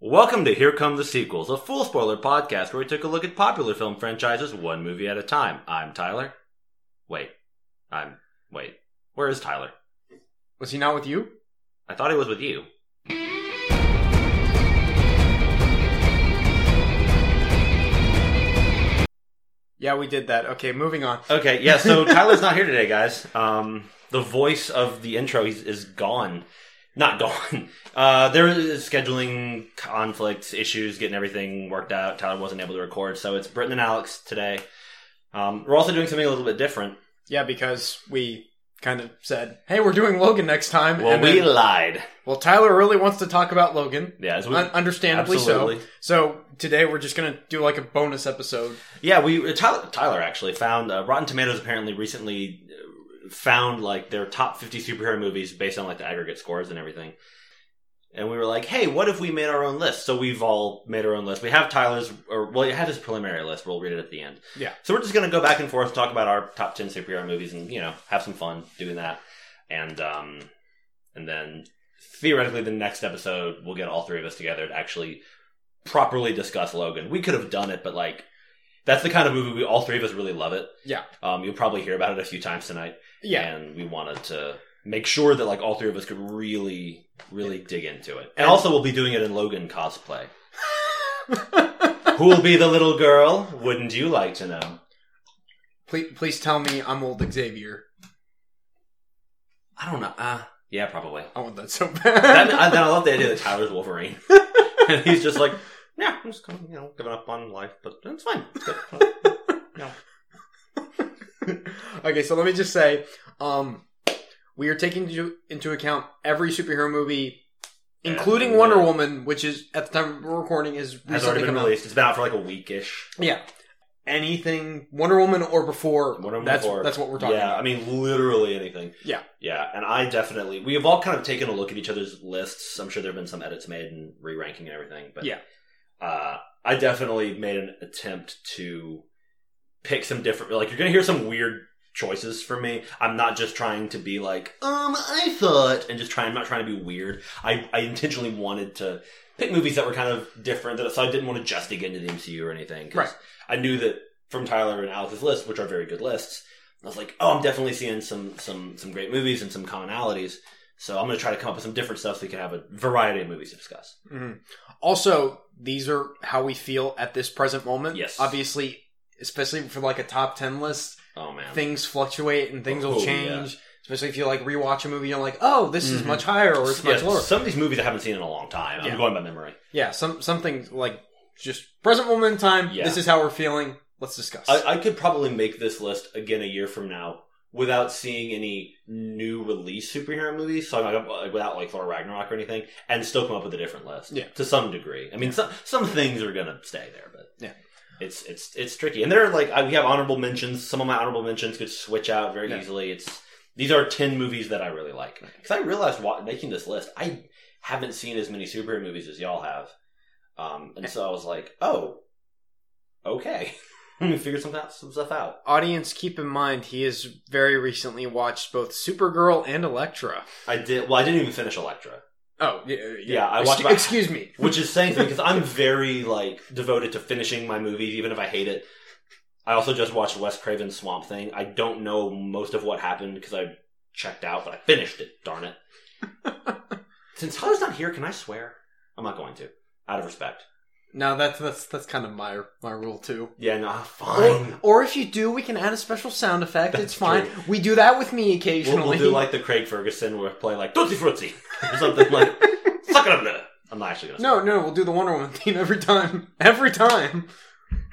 Welcome to Here Come the Sequels, a full spoiler podcast where we took a look at popular film franchises one movie at a time. I'm Tyler. Wait, I'm. Wait, where is Tyler? Was he not with you? I thought he was with you. Yeah, we did that. Okay, moving on. Okay, yeah, so Tyler's not here today, guys. Um, the voice of the intro is, is gone. Not gone. Uh, there is scheduling conflicts, issues, getting everything worked out. Tyler wasn't able to record, so it's Britton and Alex today. Um, we're also doing something a little bit different. Yeah, because we kind of said, "Hey, we're doing Logan next time." Well, and we then- lied. well, Tyler really wants to talk about Logan, Yeah, as we, un- understandably absolutely. so. So today we're just gonna do like a bonus episode. Yeah, we uh, Tyler, Tyler actually found uh, Rotten Tomatoes apparently recently uh, found like their top 50 superhero movies based on like the aggregate scores and everything. And we were like, "Hey, what if we made our own list?" So we've all made our own list. We have Tyler's, or well, you had his preliminary list. We'll read it at the end. Yeah. So we're just gonna go back and forth, talk about our top 10 superhero movies, and you know, have some fun doing that. And um, and then theoretically, the next episode we'll get all three of us together to actually properly discuss Logan. We could have done it, but like that's the kind of movie we all three of us really love it. Yeah. Um, you'll probably hear about it a few times tonight. Yeah, And we wanted to make sure that like all three of us could really, really dig into it. And And- also we'll be doing it in Logan cosplay. Who will be the little girl? Wouldn't you like to know? please, please tell me I'm old Xavier. I don't know. Uh, yeah, probably. I want that so That, bad. I, then I love the idea that Tyler's Wolverine. and he's just like, yeah, I'm just kind of, you know, giving up on life, but it's fine. It's good. okay, so let me just say, um, we are taking into, into account every superhero movie, including Every- Wonder Woman, which is at the time we're recording is uh, Has recently already been come out. released. It's been out for like a weekish. Yeah, anything Wonder Woman or before. What am I that's for? that's what we're talking Yeah, about. I mean, literally anything. Yeah. Yeah, and I definitely, we have all kind of taken a look at each other's lists. I'm sure there have been some edits made and re ranking and everything, but Yeah. Uh, I definitely made an attempt to pick some different, like, you're going to hear some weird choices from me. I'm not just trying to be like, um, I thought, and just trying, I'm not trying to be weird. I, I intentionally wanted to pick movies that were kind of different, that, so I didn't want to just dig into the MCU or anything. 'cause Right. I knew that from Tyler and Alex's list, which are very good lists, I was like, oh, I'm definitely seeing some some some great movies and some commonalities. So I'm going to try to come up with some different stuff so we can have a variety of movies to discuss. Mhm. Also, these are how we feel at this present moment. Yes. obviously, especially for like a top ten list, Oh man, things fluctuate and things Oh, will yeah. change. Especially if you like rewatch a movie, you're like, oh, this is Mhm. much higher or it's Yeah, much lower. Some of these movies I haven't seen in a long time. Yeah. I'm going by memory. Yeah, some something like just present moment in time. Yeah. This is how we're feeling. Let's discuss. I, I could probably make this list again a year from now without seeing any new release superhero movies, so I'm like, without like Thor Ragnarok or anything, and still come up with a different list. Yeah. to some degree. I mean, some some things are gonna stay there, but Yeah. it's it's it's tricky. And there are like I, we have honorable mentions. Some of my honorable mentions could switch out very Yeah. easily. It's these are ten movies that I really like because I realized while making this list, I haven't seen as many superhero movies as y'all have. Um, and so I was like, oh, okay. we figured some, some stuff out. Audience, keep in mind he has very recently watched both Supergirl and Elektra. I did. Well, I didn't even finish Elektra, Oh, yeah, yeah. Yeah, I Excu- watched about- Excuse me. which is saying something because I'm very like devoted to finishing my movies, even if I hate it. I also just watched Wes Craven's Swamp Thing. I don't know most of what happened because I checked out, but I finished it. Darn it! Since Tyler's not here, can I swear? I'm not going to, out of respect. No, that's that's that's kind of my my rule too. Yeah, no, fine. Or, or if you do, we can add a special sound effect. That's it's fine. We do that with me We'll, occasionally. we'll do like the Craig Ferguson, where we play like Tootsie Frutti or something like Suck it up, nigga. I'm not actually gonna. no, no, we'll do the Wonder Woman theme every time. Every time.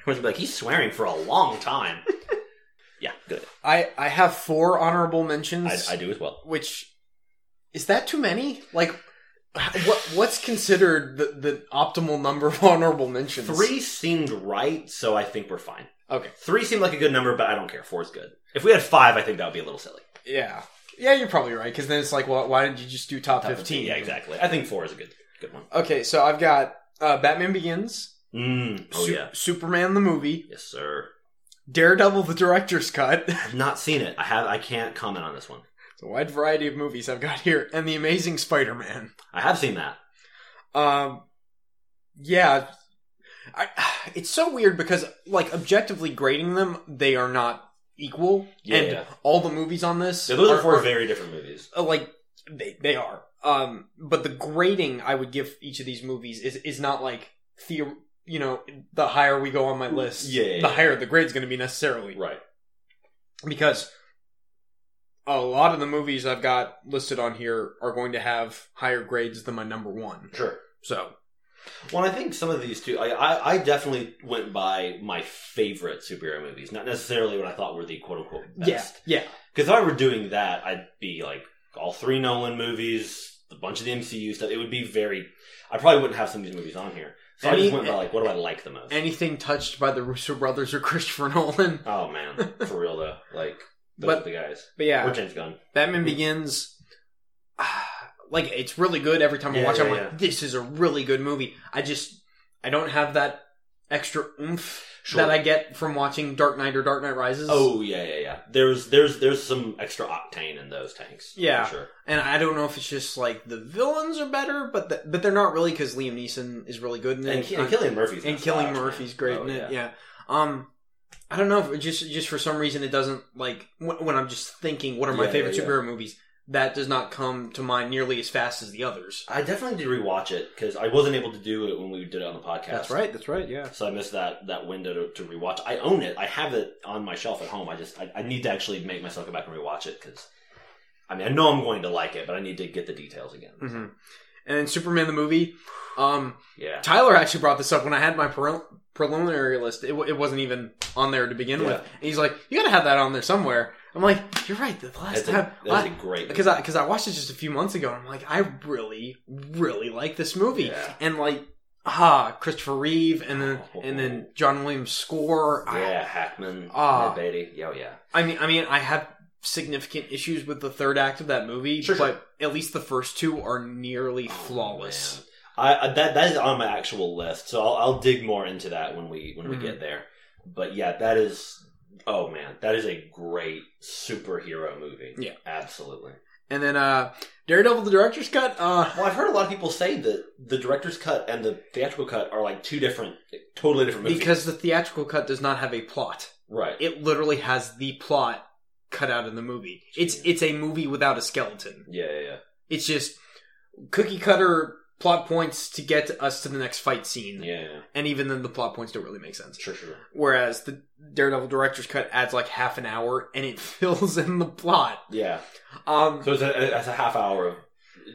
Everyone's gonna be like, he's swearing for a long time. yeah, good. I I have four honorable mentions. I, I do as well. which is that too many? Like, what what's considered the, the optimal number of honorable mentions? Three seemed right, so I think we're fine. Okay. Three seemed like a good number, but I don't care. Four's good. If we had five, I think that would be a little silly. Yeah. Yeah, you're probably right. Because then it's like, well, why didn't you just do top, Top 15? Yeah, exactly. I think four is a good good one. Okay, so I've got uh, Batman Begins. Mm. Oh Su- yeah. Superman the movie, Yes, sir. Daredevil the director's cut. I've not seen it. I have. I can't comment on this one. it's a wide variety of movies I've got here, and The Amazing Spider-Man. I have seen that. Um, yeah, I, it's so weird because like objectively grading them, they are not equal, Yeah, and yeah. all the movies on this Yeah, those are are- four are- very different movies. uh, like they they are. Um, but the grading I would give each of these movies is is not like the you know the higher we go on my list, Yeah, yeah, the yeah. higher the grade's going to be necessarily Right. because a lot of the movies I've got listed on here are going to have higher grades than my number one. Sure. So Well, I think some of these too. I, I, I definitely went by my favorite superhero movies, not necessarily what I thought were the quote unquote best. yeah, Because if I were doing that, I'd be like all three Nolan movies, a bunch of the MCU stuff. It would be very. I probably wouldn't have some of these movies on here. So I Any- just went by like, what do I like the most? anything touched by the Russo brothers or Christopher Nolan. oh man, for real though, like those But- are the guys. But Or yeah, James Gunn. Batman Begins. ah, Like it's really good every time I Yeah, watch. it, I'm yeah, like, this is a really good movie. I just I don't have that extra oomph Sure. that I get from watching Dark Knight or Dark Knight Rises. Oh yeah, yeah, yeah. There's there's there's some extra octane in those tanks. Yeah. for sure. and I don't know if it's just like the villains are better, but the, but they're not really because Liam Neeson is really good in it. And, Ki- Uh, and Killian Murphy's and not Killing slouch, man. Murphy's great Oh, in it. Yeah. Um, I don't know. If it just just for some reason, it doesn't like when, when I'm just thinking what are my Yeah, favorite yeah, yeah. superhero movies. That does not come to mind nearly as fast as the others. I definitely did rewatch it because I wasn't able to do it when we did it on the podcast. right. That's right. Yeah. So I missed that that window to, to rewatch. I own it. I have it on my shelf at home. I just I, I need to actually make myself go back and rewatch it because I mean I know I'm going to like it, but I need to get the details again. hmm And then Superman the movie. Um, Yeah. Tyler actually brought this up when I had my pre- preliminary list. It, w- it wasn't even on there to begin Yeah. with. And he's like, "You got to have that on there somewhere." I'm like, "You're right. The last That's a, time." that was a great because I because I watched it just a few months ago, and I'm like, I really, really like this movie, Yeah. and like, ah, Christopher Reeve, and then and then John Williams score. Oh. yeah Hackman Ah. ah Beatty yeah oh, yeah I, I mean, I mean, I have significant issues with the third act of that movie, Sure, sure. but at least the first two are nearly Oh, flawless. man. I, I that that is on my actual list, so I'll, I'll dig more into that when we when we Mhm. get there. But yeah, that is oh man, that is a great superhero movie. Yeah. absolutely. And then uh, Daredevil, the director's cut. Uh, Well, I've heard a lot of people say that the director's cut and the theatrical cut are like two different, totally different movies. because the theatrical cut does not have a plot. right, It literally has the plot cut out of the movie. It's Yeah. it's a movie without a skeleton. yeah, yeah, yeah. It's just cookie cutter plot points to get us to the next fight scene. yeah, yeah. And even then the plot points don't really make sense. sure, sure. Whereas the Daredevil director's cut adds like half an hour and it fills in the plot. Yeah, Um so it's a, it's a half hour of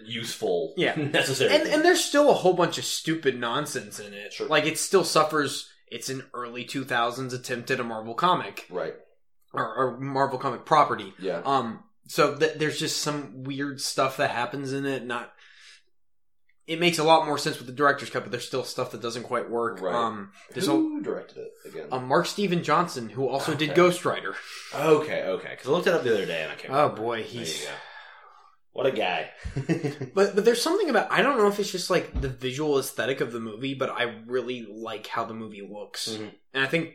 useful, Yeah. necessary. and and there's still a whole bunch of stupid nonsense in it. Sure. Like it still suffers it's an early 2000s attempt at a Marvel comic right, or, or Marvel comic property. yeah, Um, so th- there's just some weird stuff that happens in it. Not, it makes a lot more sense with the director's cut, but there's still stuff that doesn't quite work. Right. Um, there's a, who directed it again? a Mark Steven Johnson who also did Okay. Ghost Rider. okay, okay, because I looked it up the other day and I can't. Oh boy, There you he's. go. What a guy. Mm-hmm. But but there's something about I don't know if it's just like the visual aesthetic of the movie, but I really like how the movie looks, Mhm. and I think.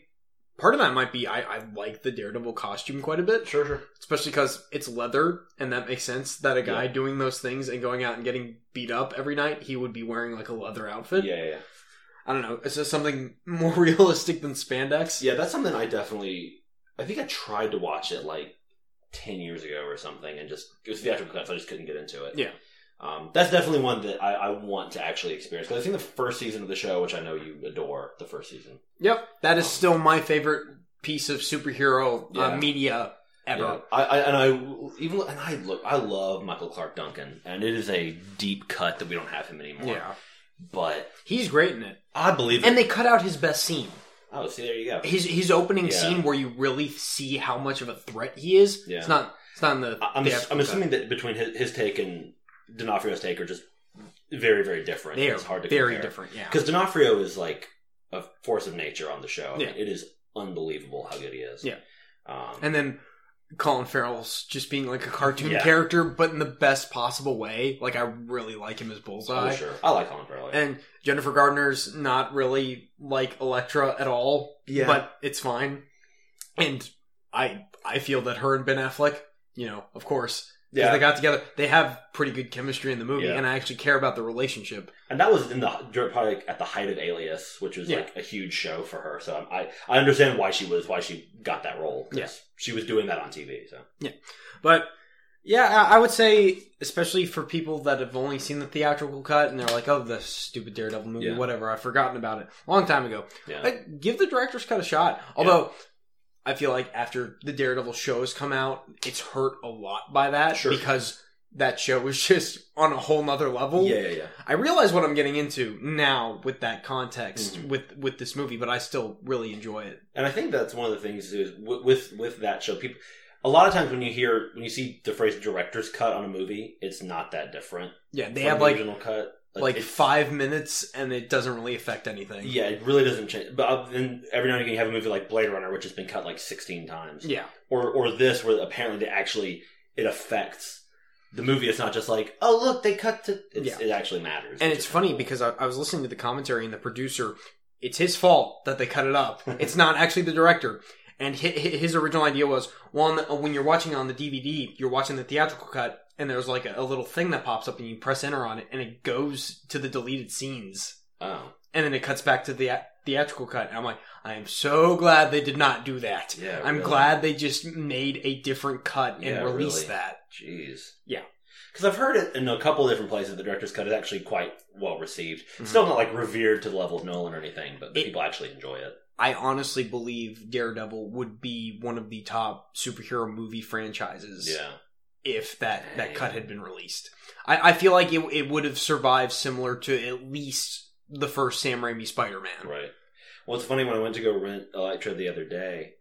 Part of that might be I, I like the Daredevil costume quite a bit, sure, sure. especially because it's leather, and that makes sense that a guy doing those things and going out and getting beat up every night, he would be wearing like a leather outfit. yeah, yeah. I don't know. It's just something more realistic than spandex. Yeah, that's something I definitely. I think I tried to watch it like ten years ago or something, and just it was theatrical cut, so I just couldn't get into it. Yeah. um, that's definitely one that I, I want to actually experience. Because I think the first season of the show, which I know you adore, the first season. Yep. That is still my favorite piece of superhero uh, Yeah. media ever. Yeah. I, I and I even and I look, I love Michael Clark Duncan, and it is a deep cut that we don't have him anymore. Yeah. but He's great in it. I believe it. And they cut out his best scene. oh, see, there you go. His his opening Yeah. scene where you really see how much of a threat he is. Yeah. It's not it's not in the I- I'm, the ass- actual I'm cut. assuming that between his, his take and D'Onofrio's take are just very, very different. they are it's hard to very compare. different, yeah. Because D'Onofrio is like a force of nature on the show. I mean, Yeah. It is unbelievable how good he is. Yeah. Um, And then Colin Farrell's just being like a cartoon Yeah. character, but in the best possible way. Like I really like him as oh, Bullseye. sure. I like Colin Farrell. yeah. And Jennifer Gardner's not really like Elektra at all, Yeah. but it's fine. And I I feel that her and Ben Affleck, you know, of course, because Yeah. they got together. They have pretty good chemistry in the movie, Yeah. and I actually care about the relationship. And that was in the during- probably like at the height of Alias, which was Yeah. like a huge show for her. So I'm- I I understand why she was why she got that role. 'cause Yeah. she was doing that on TV. So But yeah, I I would say, especially for people that have only seen the theatrical cut and they're like, "Oh, the stupid Daredevil movie, Yeah. whatever." I've forgotten about it. Long time ago. yeah, Like, give the director's cut a shot. Although, I feel like after the Daredevil shows come out, it's hurt a lot by that Sure. because that show was just on a whole nother level. yeah, yeah, yeah. I realize what I'm getting into now with that context Mhm. with with this movie, but I still really enjoy it. And I think that's one of the things is with with, with that show. People, a lot of times when you hear when you see the phrase "director's cut" on a movie, it's not that different. Yeah, they from have the like original cut, like it's- five minutes, and it doesn't really affect anything. Yeah, it really doesn't change. But uh, then every now and again, you have a movie like Blade Runner, which has been cut like sixteen times. yeah, or or this where apparently they actually it affects the movie. It's not just like oh look they cut to it's, Yeah. it actually matters. and which it's is funny cool. because I, I was listening to the commentary and the producer. It's his fault that they cut it up. it's not actually the director. And hi- hi- his original idea was well, on the, when you're watching on the DVD, you're watching the theatrical cut, and there's like a, a little thing that pops up, and you press enter on it, and it goes to the deleted scenes. oh and then it cuts back to the theatrical cut. And I'm like, I am so glad they did not do that. yeah I'm really. glad they just made a different cut and Yeah, really. released that. jeez Yeah. because I've heard it in a couple different places the director's cut is actually quite well received. Mhm. It's Still not like revered to the level of Nolan or anything, but It- people actually enjoy Mm-hmm. it. I honestly believe Daredevil would be one of the top superhero movie franchises Yeah, if that, that Dang. cut had been released. I, I feel like it, it would have survived similar to at least the first Sam Raimi Spider Man. right. Well, it's funny when I went to go rent Electra the other day.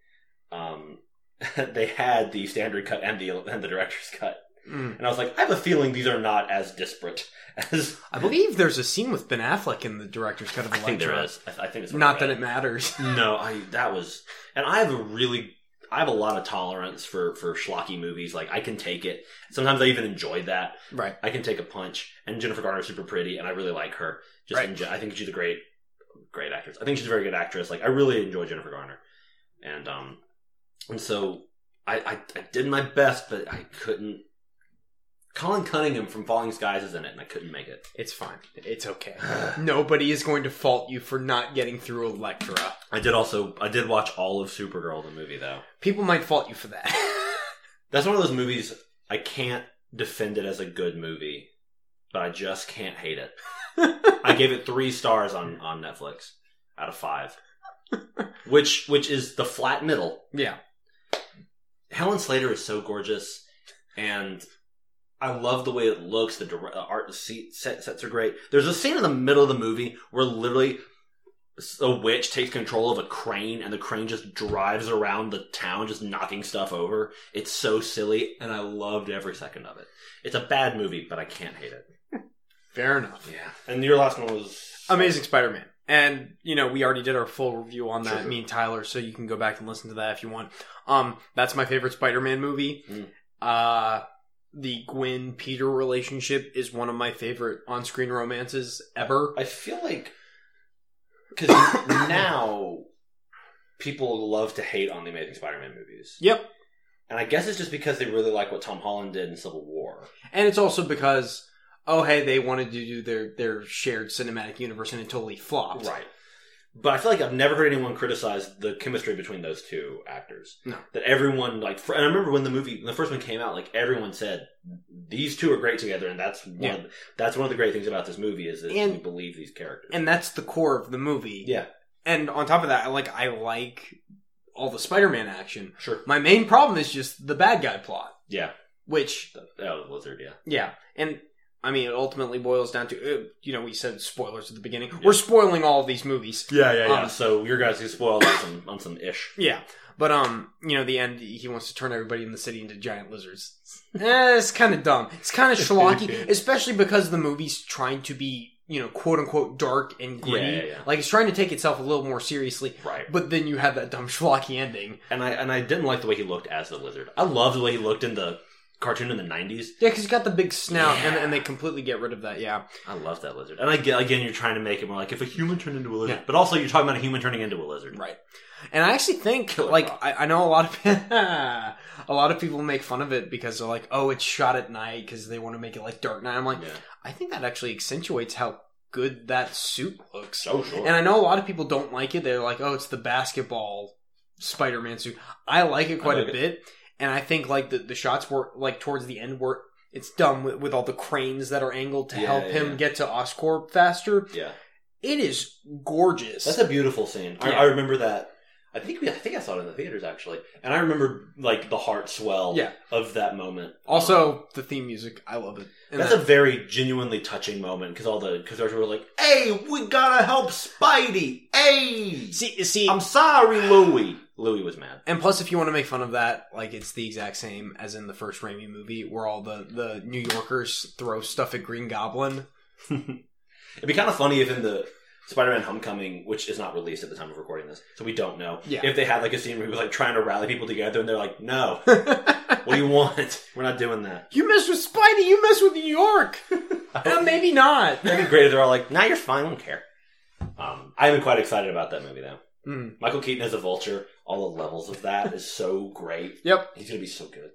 Um, they had the standard cut and the and the director's cut, Mm. and I was like, I have a feeling these are not as disparate as I believe there's a scene with Ben Affleck in the director's cut of I Electra. think there is. I, I think it's Not that it matters. No, I that was, and I have a really, I have a lot of tolerance for for schlocky movies. Like I can take it. Sometimes I even enjoy that. right. I can take a punch. And Jennifer Garner is super pretty, and I really like her. Just Right. in gen- I think she's a great, great actress. I think she's a very good actress. Like I really enjoy Jennifer Garner, and um, and so I I, I did my best, but I couldn't. Colin Cunningham from Falling Skies is in it, and I couldn't make it. It's fine. It's okay. Nobody is going to fault you for not getting through Electra. I did also I did watch all of Supergirl the movie though. People might fault you for that. That's one of those movies I can't defend it as a good movie, but I just can't hate it. I gave it three stars on, on Netflix out of five, which which is the flat middle. yeah. Helen Slater is so gorgeous, and I love the way it looks. The, dire- the art, the seat, set, sets are great. There's a scene in the middle of the movie where literally a witch takes control of a crane, and the crane just drives around the town, just knocking stuff over. It's so silly, and I loved every second of it. It's a bad movie, but I can't hate it. Fair enough. Yeah. And your last one was Amazing Spider Man. And, you know, we already did our full review on that, Sure. me and Tyler, so you can go back and listen to that if you want. Um, that's my favorite Spider Man movie. Mm. Uh the Gwen Peter relationship is one of my favorite on screen romances ever. I feel like because now people love to hate on the Amazing Spider-Man movies. Yep. And I guess it's just because they really like what Tom Holland did in Civil War. And it's also because oh hey, they wanted to do their their shared cinematic universe and it totally flopped. But I feel like I've never heard anyone criticize the chemistry between those two actors. No. That everyone like, fr- and I remember when the movie, when the first one came out, like everyone said these two are great together, and that's one. Yeah. Of, that's one of the great things about this movie is that And- we believe these characters. and that's the core of the movie. yeah, And on top of that, I like I like all the Spider-Man action. sure. My main problem is just the bad guy plot, Yeah, which the, oh, the lizard. Yeah, yeah, and I mean it ultimately boils down to uh, you know we said spoilers at the beginning. We're spoiling all of these movies. yeah, yeah, yeah. Um, so your guys get spoiled on some on some ish. Yeah. But um, you know, the end he wants to turn everybody in the city into giant lizards. eh, it's kind of dumb. It's kind of schlocky, especially because the movie's trying to be, you know, quote unquote dark and gritty. Yeah, yeah, yeah. Like it's trying to take itself a little more seriously. Right. But then you have that dumb schlocky ending. And I and I didn't like the way he looked as the lizard. I loved the way he looked in the cartoon in the nineties. Yeah, because he's got the big snout, and, Yeah. and they completely get rid of that. Yeah, I love that lizard. And I get again you're trying to make it more like if a human turned into a lizard. Yeah. But also you're talking about a human turning into a lizard. right. And I actually think, Killer like, Croc. I, I know a lot of I a lot of people make fun of it because they're like, "Oh, it's shot at night" because they want to make it like dark night. I'm like, yeah. I think that actually accentuates how good that suit looks. So sure. And I know a lot of people don't like it. They're like, "Oh, it's the basketball Spider-Man suit." I like it quite like a it. bit, and I think like the the shots were like towards the end were it's done with, with all the cranes that are angled to Yeah, help yeah, him yeah. get to Oscorp faster. yeah. It is gorgeous. That's a beautiful scene. I, Yeah. I remember that. I think we, I think I saw it in the theaters actually, and I remember like the heart swell Yeah. of that moment. Um, also, the theme music, I love it. And that's that- a very genuinely touching moment because all the because were like, "Hey, we gotta help Spidey." Hey, see, see, I'm sorry, Louie. Louie was mad. And plus, if you want to make fun of that, like it's the exact same as in the first Raimi movie, where all the the New Yorkers throw stuff at Green Goblin. It'd be kind of funny if in the Spider-Man Homecoming, which is not released at the time of recording this, so we don't know Yeah. if they had like a scene where he was like trying to rally people together, and they're like, "No, you what do you want? We're not doing that." mess with Spidey, you mess with New York. Uh, maybe not. That'd be great if they're all like, "Nah, you're fine. I don't care." Um, I am quite excited about that movie though. Mm. Michael Keaton as a vulture, all the levels of that is so great. Yep. He's gonna be so good.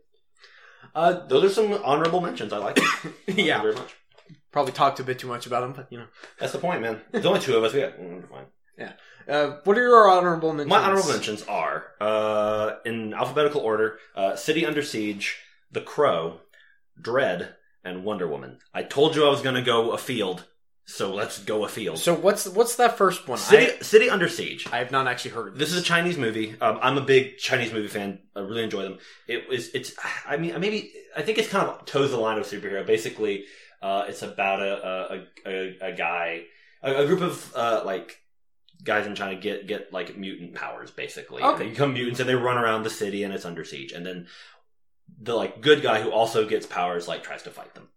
Uh, Those are some honorable mentions. I like. Them. Thank yeah, you very much. probably talked a bit too much about him, but you know. That's the point, man. There's only two of us. We got mm, fine. Uh, what are your honorable mentions? My honorable mentions are uh, in alphabetical order: uh, City Under Siege, The Crow, Dread, and Wonder Woman. I told you I was gonna go afield, so let's go afield. So what's what's that first one? City, City Under Siege. I, I have not actually heard. Of This is a Chinese movie. Um, I'm a big Chinese movie fan. I really enjoy them. It was. It's. I mean. Maybe. I think it's kind of toes the line of superhero. Basically, uh, it's about a a, a, a guy, a, a group of uh, like guys in China get get like mutant powers. Basically, Okay. they become mutants and they run around the city and it's under siege. And then the like good guy who also gets powers like tries to fight them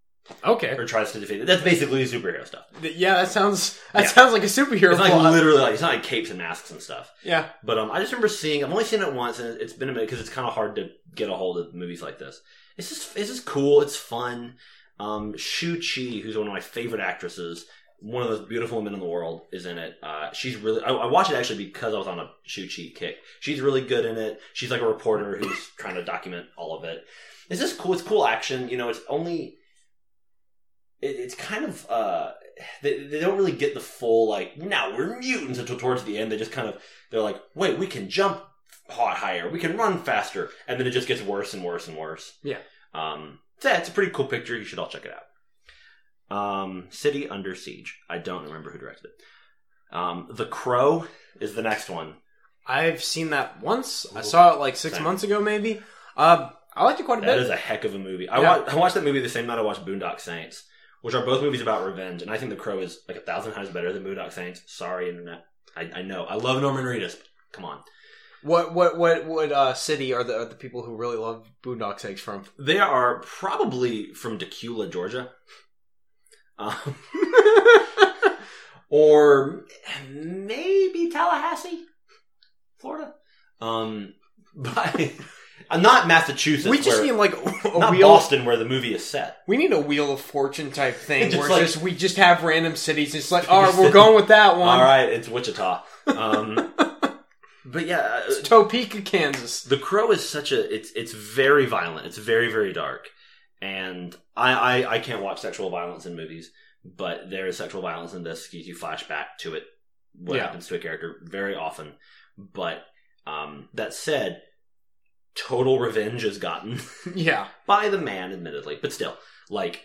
okay. or tries to defeat them. That's basically superhero stuff. Th- Yeah, that sounds that Yeah. sounds like a superhero It's like plot. literally like it's not like capes and masks and stuff. yeah, But um, I just remember seeing. I've only seen it once, and it's been a minute because it's kind of hard to get a hold of movies like this. It's just it's just cool. It's fun. Um, Shu Chi, who's one of my favorite actresses, one of the most beautiful women in the world, is in it. Uh, she's really. I, I watched it actually because I was on a Shu Chi kick. She's really good in it. She's like a reporter who's trying to document all of it. It's just cool. It's cool action. You know, it's only. It, it's kind of. Uh, they, they don't really get the full like now we're mutants until towards the end they just kind of they're like wait we can jump hot higher we can run faster and then it just gets worse and worse and worse Yeah. um so yeah, it's a pretty cool picture you should all check it out um city under siege i don't remember who directed it um the crow is the next one I've seen that once. I Ooh. saw it like six Same. months ago, maybe. Um, I liked it quite a that bit. is a heck of a movie i Yeah. watched i watched that movie the same night i watched boondock saints which are both movies about revenge and i think the crow is like a thousand times better than boondock saints sorry internet i, I know i love norman reedus but come on what what what what uh, city are the are the people who really love Boondock Saints from? They are probably from Decula, Georgia. Um, or maybe Tallahassee, Florida. Um, but uh, not Massachusetts. we just where- need like a, a not wheel. Boston, where the movie is set. We need a wheel of fortune type thing Just where like- it's just we just have random cities. It's like all right, Just- we're going with that one. All right, it's Wichita. Um, but yeah, uh, It's Topeka, Kansas. The Crow is such a it's it's very violent. It's very very dark, and I I, I can't watch sexual violence in movies, but there is sexual violence in this. You, you flash back to it, what Yeah. happens to a character very often. But um, that said, total revenge is gotten Yeah, by the man, admittedly, but still, like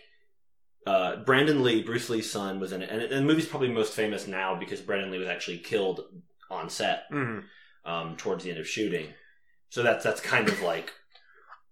uh, Brandon Lee, Bruce Lee's son, was in it, and, and the movie's probably most famous now because Brandon Lee was actually killed on set Mhm. um, towards the end of shooting. So that's that's kind of like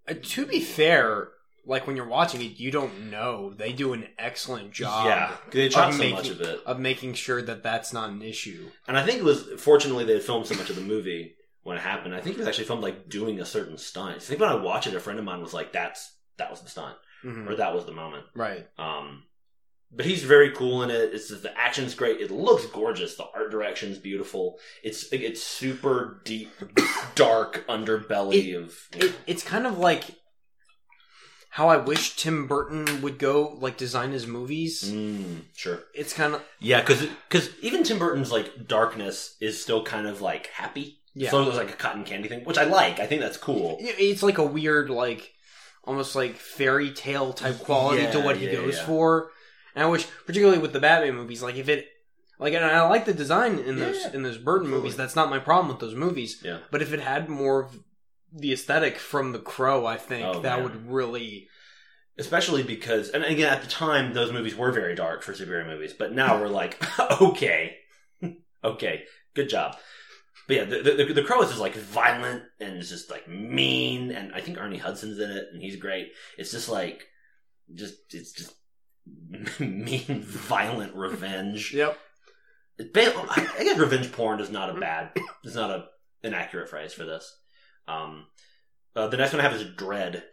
Uh, to be fair, like when you're watching it, you don't know they do an excellent job. yeah, they shot of so making- much of it, of making sure that that's not an issue. and I think it was fortunately they had filmed so much of the movie when it happened. I think it was actually filmed like doing a certain stunt. I think when I watched it, a friend of mine was like, "That's that was the stunt, Mhm. or that was the moment." Right. Um, but he's very cool in it. It's the action's great. It looks gorgeous. The art direction's beautiful. It's it's super deep, dark underbelly of it, it's kind of like how I wish Tim Burton would go like design his movies. Mm, sure. It's kind of Yeah, because even Tim Burton's like darkness is still kind of like happy. Yeah. So it was like a cotton candy thing, which I like. I think that's cool. It- It's like a weird, like almost like fairy tale type quality to Yeah, what he yeah, goes yeah. for. And I wish, particularly with the Batman movies, like if it, like, and I like the design in those Yeah. in those Burton movies. Totally. That's not my problem with those movies. Yeah. But if it had more of the aesthetic from The Crow, I think Oh, that man. would really. Especially because, and again, at the time, those movies were very dark for superhero movies, but now we're like, okay, okay, good job. But yeah, the, the, the Crow is just like violent and it's just like mean, and I think Ernie Hudson's in it, and he's great. It's just like, just, it's just mean, violent revenge. Yep. It's ba- I I guess revenge porn is not a bad, it's not a inaccurate phrase for this. Um, uh, the next one I have is Dread.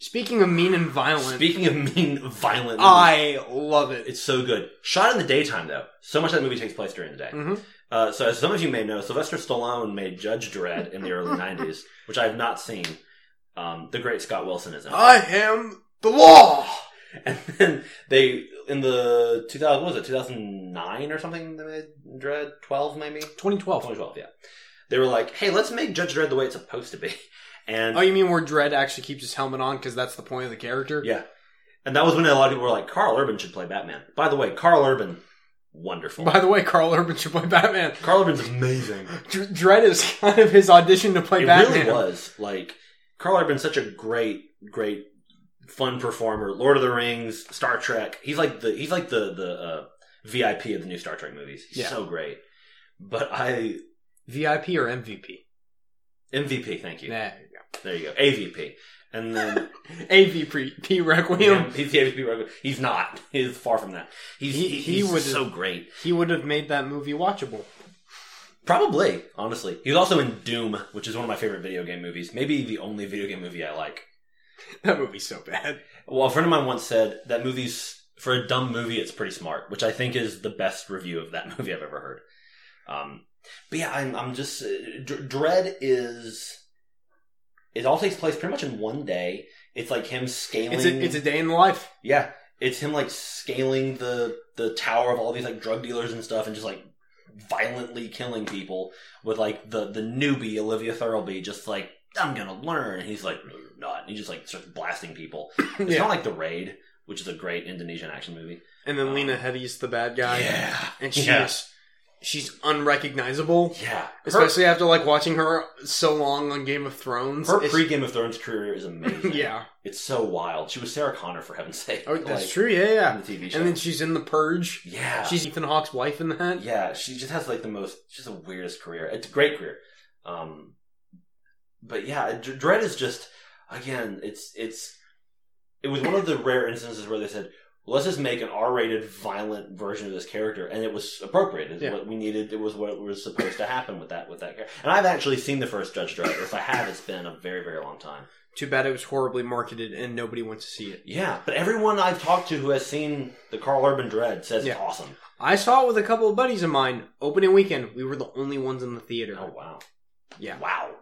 Speaking of mean and violent, Speaking of mean, violent, I love it. it's so good. Shot in the daytime, though. So much of that movie takes place during the day. Mhm. Uh, so, as some of you may know, Sylvester Stallone made Judge Dredd in the early '90s, which I have not seen. Um, the great Scott Wilson is in it. am the law. And then they in the 2000 what was it 2009 or something they made Dredd 12 maybe 2012. 2012 yeah. They were like, hey, let's make Judge Dredd the way it's supposed to be, and Oh, you mean where Dredd actually keeps his helmet on because that's the point of the character? Yeah. and that was when a lot of people were like, Carl Urban should play Batman. By the way, Carl Urban, wonderful. By the way, Carl Urban should play Batman. Carl Urban's amazing. Dr- Dredd is kind of his audition to play it Batman. really was like Carl Urban's such a great, great, fun performer. Lord of the Rings, Star Trek. He's like the he's like the the uh, VIP of the new Star Trek movies. He's Yeah. so great. But I VIP or MVP? MVP, thank you. Nah. There you go, AVP. And then AVP Requiem. yeah, he's the AVP. regular- He's not. He's far from that. He's he, He- he he's would- so great. He would have made that movie watchable. Probably, honestly, he was also in Doom, which is one of my favorite video game movies. Maybe the only video game movie I like. That movie's so bad. Well, a friend of mine once said that movies for a dumb movie, it's pretty smart, which I think is the best review of that movie I've ever heard. Um, but yeah, I'm, I'm just uh, Dr- Dread is it all takes place pretty much in one day. It's like him scaling. It's a, it's a day in the life. yeah, it's him like scaling the the tower of all these like drug dealers and stuff, and just like violently killing people with like the the newbie Olivia Thirlby just like. I'm gonna learn, and he's like, "No, you're not." And he just like starts blasting people. It's Yeah. kind of like The Raid, which is a great Indonesian action movie. And then Lena Headey's the bad guy. Yeah. And she's Yeah. she's unrecognizable. Yeah. Her, Especially after like watching her so long on Game of Thrones. her It's- pre Game of Thrones career is amazing. yeah. It's so wild. She was Sarah Connor, for heaven's sake. Oh, that's like, true. Yeah, yeah. On the TV show. And then she's in The Purge. yeah. She's Ethan Hawke's wife in that. yeah. She just has like the most, she's the weirdest career. It's a great career. Um, but yeah, Dr- Dread is just, again, it's, it's, it was one of the rare instances where they said, let's just make an R rated violent version of this character. And it was appropriate. It's Yeah. what we needed. It was what was supposed to happen with that, with that character. And I've actually seen the first Judge Dredd. If I have, it's been a very, very long time. Too bad it was horribly marketed and nobody went to see it. Yeah. But everyone I've talked to who has seen the Carl Urban Dread says it's Yeah. awesome. I saw it with a couple of buddies of mine opening weekend. We were the only ones in the theater. Oh, wow. Yeah. Wow.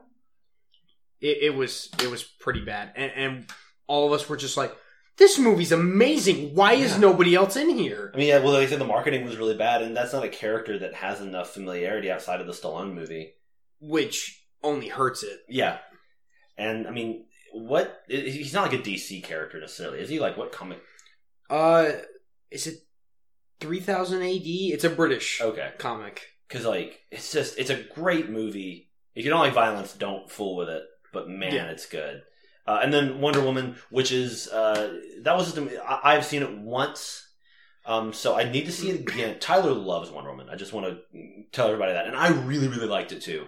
It, it was it was pretty bad, and, and all of us were just like, "This movie's amazing. Why is Yeah. nobody else in here?" I mean, yeah, well, they said the marketing was really bad, and that's not a character that has enough familiarity outside of the Stallone movie. Which only hurts it. Yeah. And, I mean, what. i- He's not like a DC character necessarily, is he? Like, what comic. Uh, is it three thousand A.D.? It's a British Okay. comic. Because, like, it's just. It's a great movie. If you don't like violence, don't fool with it. But, man, Yeah. it's good. Uh, and then Wonder Woman, which is. Uh, that was just. a- I, I've seen it once. Um, so I need to see it again. Tyler loves Wonder Woman. I just want to tell everybody that, and I really, really liked it too.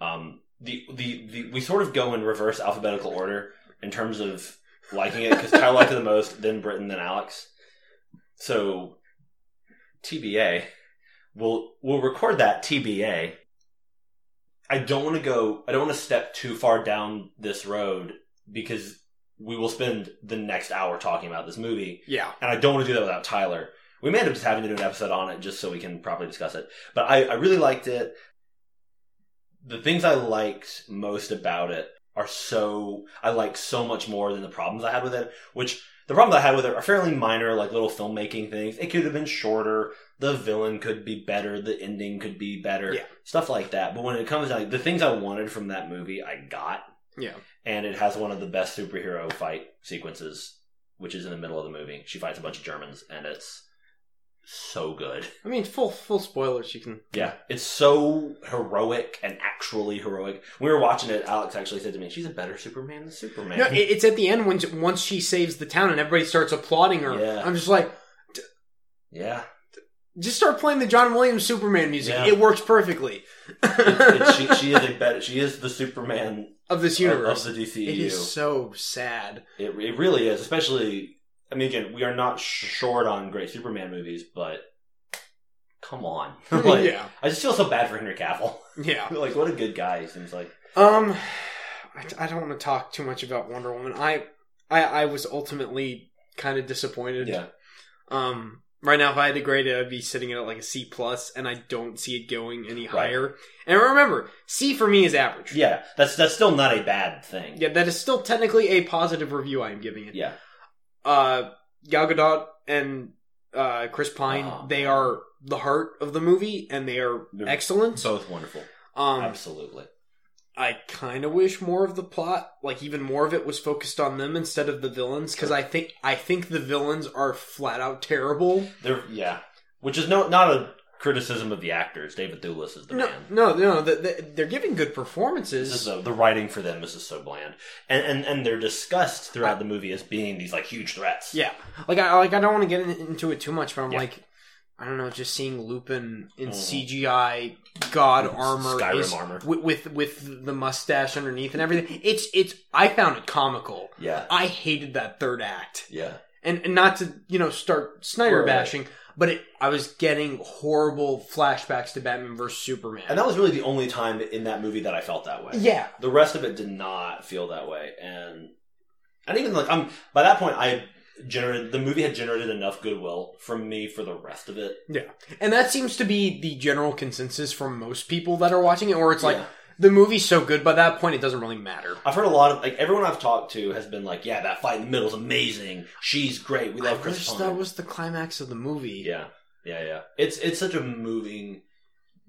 Um, the, the the we sort of go in reverse alphabetical order in terms of liking it because Tyler liked it the most, then Britton, then Alex. So TBA, we'll we'll record that TBA. I don't want to go. I don't want to step too far down this road because we will spend the next hour talking about this movie Yeah, and I don't want to do that without Tyler. We may end up just having to do an episode on it just so we can properly discuss it. But I, I really liked it. The things I liked most about it are so I like so much more than the problems I had with it, which The problem that I had with it are fairly minor, like little filmmaking things. It could have been shorter. The villain could be better. The ending could be better. Yeah. Stuff like that. But when it comes like the things I wanted from that movie, I got. Yeah. And it has one of the best superhero fight sequences, which is in the middle of the movie. She fights a bunch of Germans, and it's so good. I mean, full full spoilers. You can. Yeah, it's so heroic and actually heroic. When we were watching it. Alex actually said to me, "She's a better Superman than Superman." No, it- it's at the end when once she saves the town and everybody starts applauding her. Yeah. I'm just like, yeah, just start playing the John Williams Superman music. Yeah. It works perfectly. It- it- she, she is a better. She is the Superman of this of, of universe. the DCU. It is so sad. It, it really is, especially. I mean, again, we are not sh- short on great Superman movies, but come on, Like, yeah, I just feel so bad for Henry Cavill. yeah. like, what a good guy he seems like. Um, I, I don't want to talk too much about Wonder Woman. I, I, I was ultimately kind of disappointed. Yeah, Um, right now, if I had to grade it, I'd be sitting at like a C plus, and I don't see it going any Right. higher. And remember, C for me is average. yeah. That's that's still not a bad thing. Yeah, that is still technically a positive review I am giving it. yeah. Uh, Gal Gadot and uh, Chris Pine, Oh. they are the heart of the movie, and they are They're excellent. Both wonderful, um, absolutely. I kind of wish more of the plot, like even more of it, was focused on them instead of the villains, because I think I think the villains are flat out terrible. They're yeah, which is no not a criticism of the actors. David Thewlis is the No, man. no, no, the, the, they're giving good This is performances. the, the writing for them is just so bland, and and and they're discussed throughout the movie as being these like huge threats. yeah, like I like I don't want to get in, into it too much, but I'm Yeah. like, I don't know, just seeing Lupin in Mhm. CGI god armor, Skyrim is- armor. with, with with the mustache underneath and everything. It's it's I found it comical. Yeah, I hated that third act. yeah, and, and not to you know start Snyder Right. bashing, but it, I was getting horrible flashbacks to Batman versus Superman. and that was really the only time in that movie that I felt that way. yeah, The rest of it did not feel that way, and and even like I'm by that point I generated the movie had generated enough goodwill from me for the rest of it. and that seems to be the general consensus from most people that are watching it. Or it's like Yeah. the movie's so good by that point, it doesn't really matter. I've heard a lot of like everyone I've talked to has been like, yeah, that fight in the middle is amazing. She's great. We love I Chris wish Pine. that was the climax of the movie. Yeah, yeah, yeah. It's it's such a moving,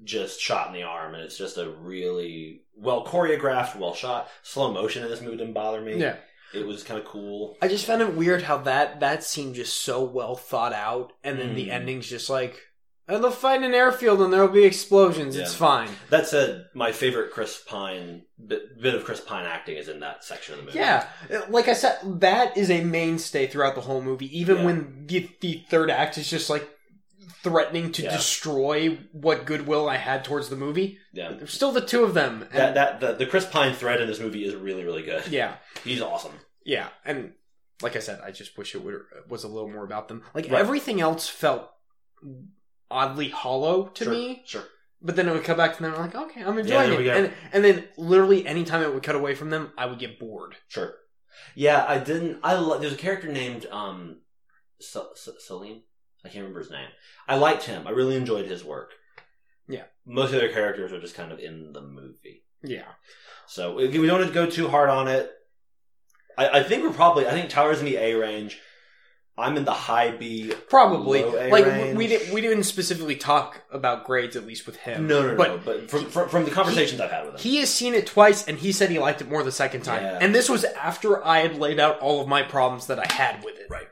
just shot in the arm, and it's just a really well choreographed, well shot. Slow motion in this movie didn't bother me. yeah. it was kind of cool. I just found it weird how that that seemed just so well thought out, and then the Mm. ending's just like. And they'll fight in an airfield and there'll be explosions. It's Yeah. fine. That said, my favorite Chris Pine bit, bit of Chris Pine acting is in that section of the movie. Yeah, Uh, like I said, that is a mainstay throughout the whole movie. Even Yeah. when the, the third act is just like threatening to Yeah. destroy what goodwill I had towards the movie, yeah. there's still the two of them. And That that the, the Chris Pine thread in this movie is really really good. yeah, He's awesome. yeah, and like I said, I just wish it would, was a little more about them. Like Right. everything else felt oddly hollow to Sure, me. sure. But then it would come back to them, like, okay, I'm Yeah, enjoying there we it. go. And, and then literally anytime it would cut away from them, I would get bored. Sure. Yeah, I didn't. I lo- there's a character named um, Sa- Sa- Salim. I can't remember his name. I liked him. I really enjoyed his work. Yeah. Most of their characters are just kind of in the movie, Yeah. so we we don't want to go too hard on it. I, I think we're probably. I think Tower's in the A range. I'm in the high B. Probably. Low A Like we, range. we didn't we didn't specifically talk about grades at least with him. No, no, no. But no, But from from, from the conversations I've had with him, he has seen it twice and he said he liked it more the second time. Yeah. And this was after I had laid out all of my problems that I had with it. Right.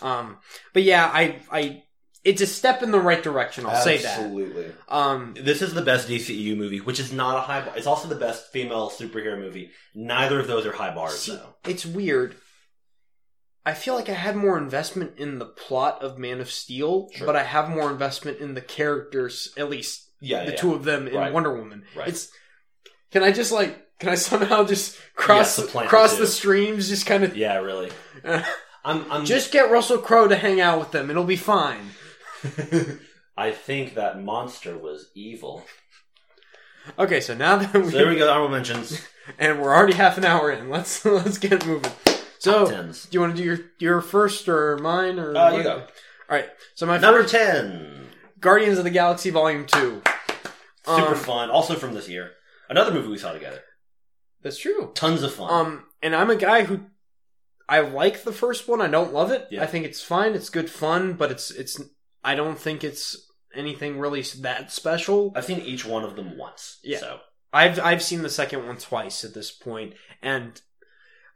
Um but yeah, I I it's a step in the right direction, I'll say absolutely. that. Um This is the best DCEU movie, which is not a high bar. It's also the best female superhero movie. Neither of those are high bars, See, though. it's weird. I feel like I had more investment in the plot of Man of Steel, Sure. but I have more investment in the characters, at least Yeah, the Uh, yeah. two of them in Right. Wonder Woman. Right. It's can I just like can I somehow just Yes, cross the plan cross too. the streams? Just kind of Yeah, really. I'm. I'm just get Russell Crowe to hang out with them. It'll be fine. I think that monster was evil. Okay, so now that So we there we go. Honorable mentions. and we're already half an hour in, let's let's get moving. So Top do tens. you want to do your your first or mine or Uh, you go. All right. So Oh, my Number ten. Guardians of the Galaxy Volume Two. Super Um, fun. Also from this year. Another movie we saw together. That's true. Tons of fun. Um, and I'm a guy who I like the first one. I don't love it. Yeah. I think it's fine. It's good fun, but it's it's. I don't think it's anything really s- that special. I've seen each one of them once. Yeah. So I've I've seen the second one twice at this point, and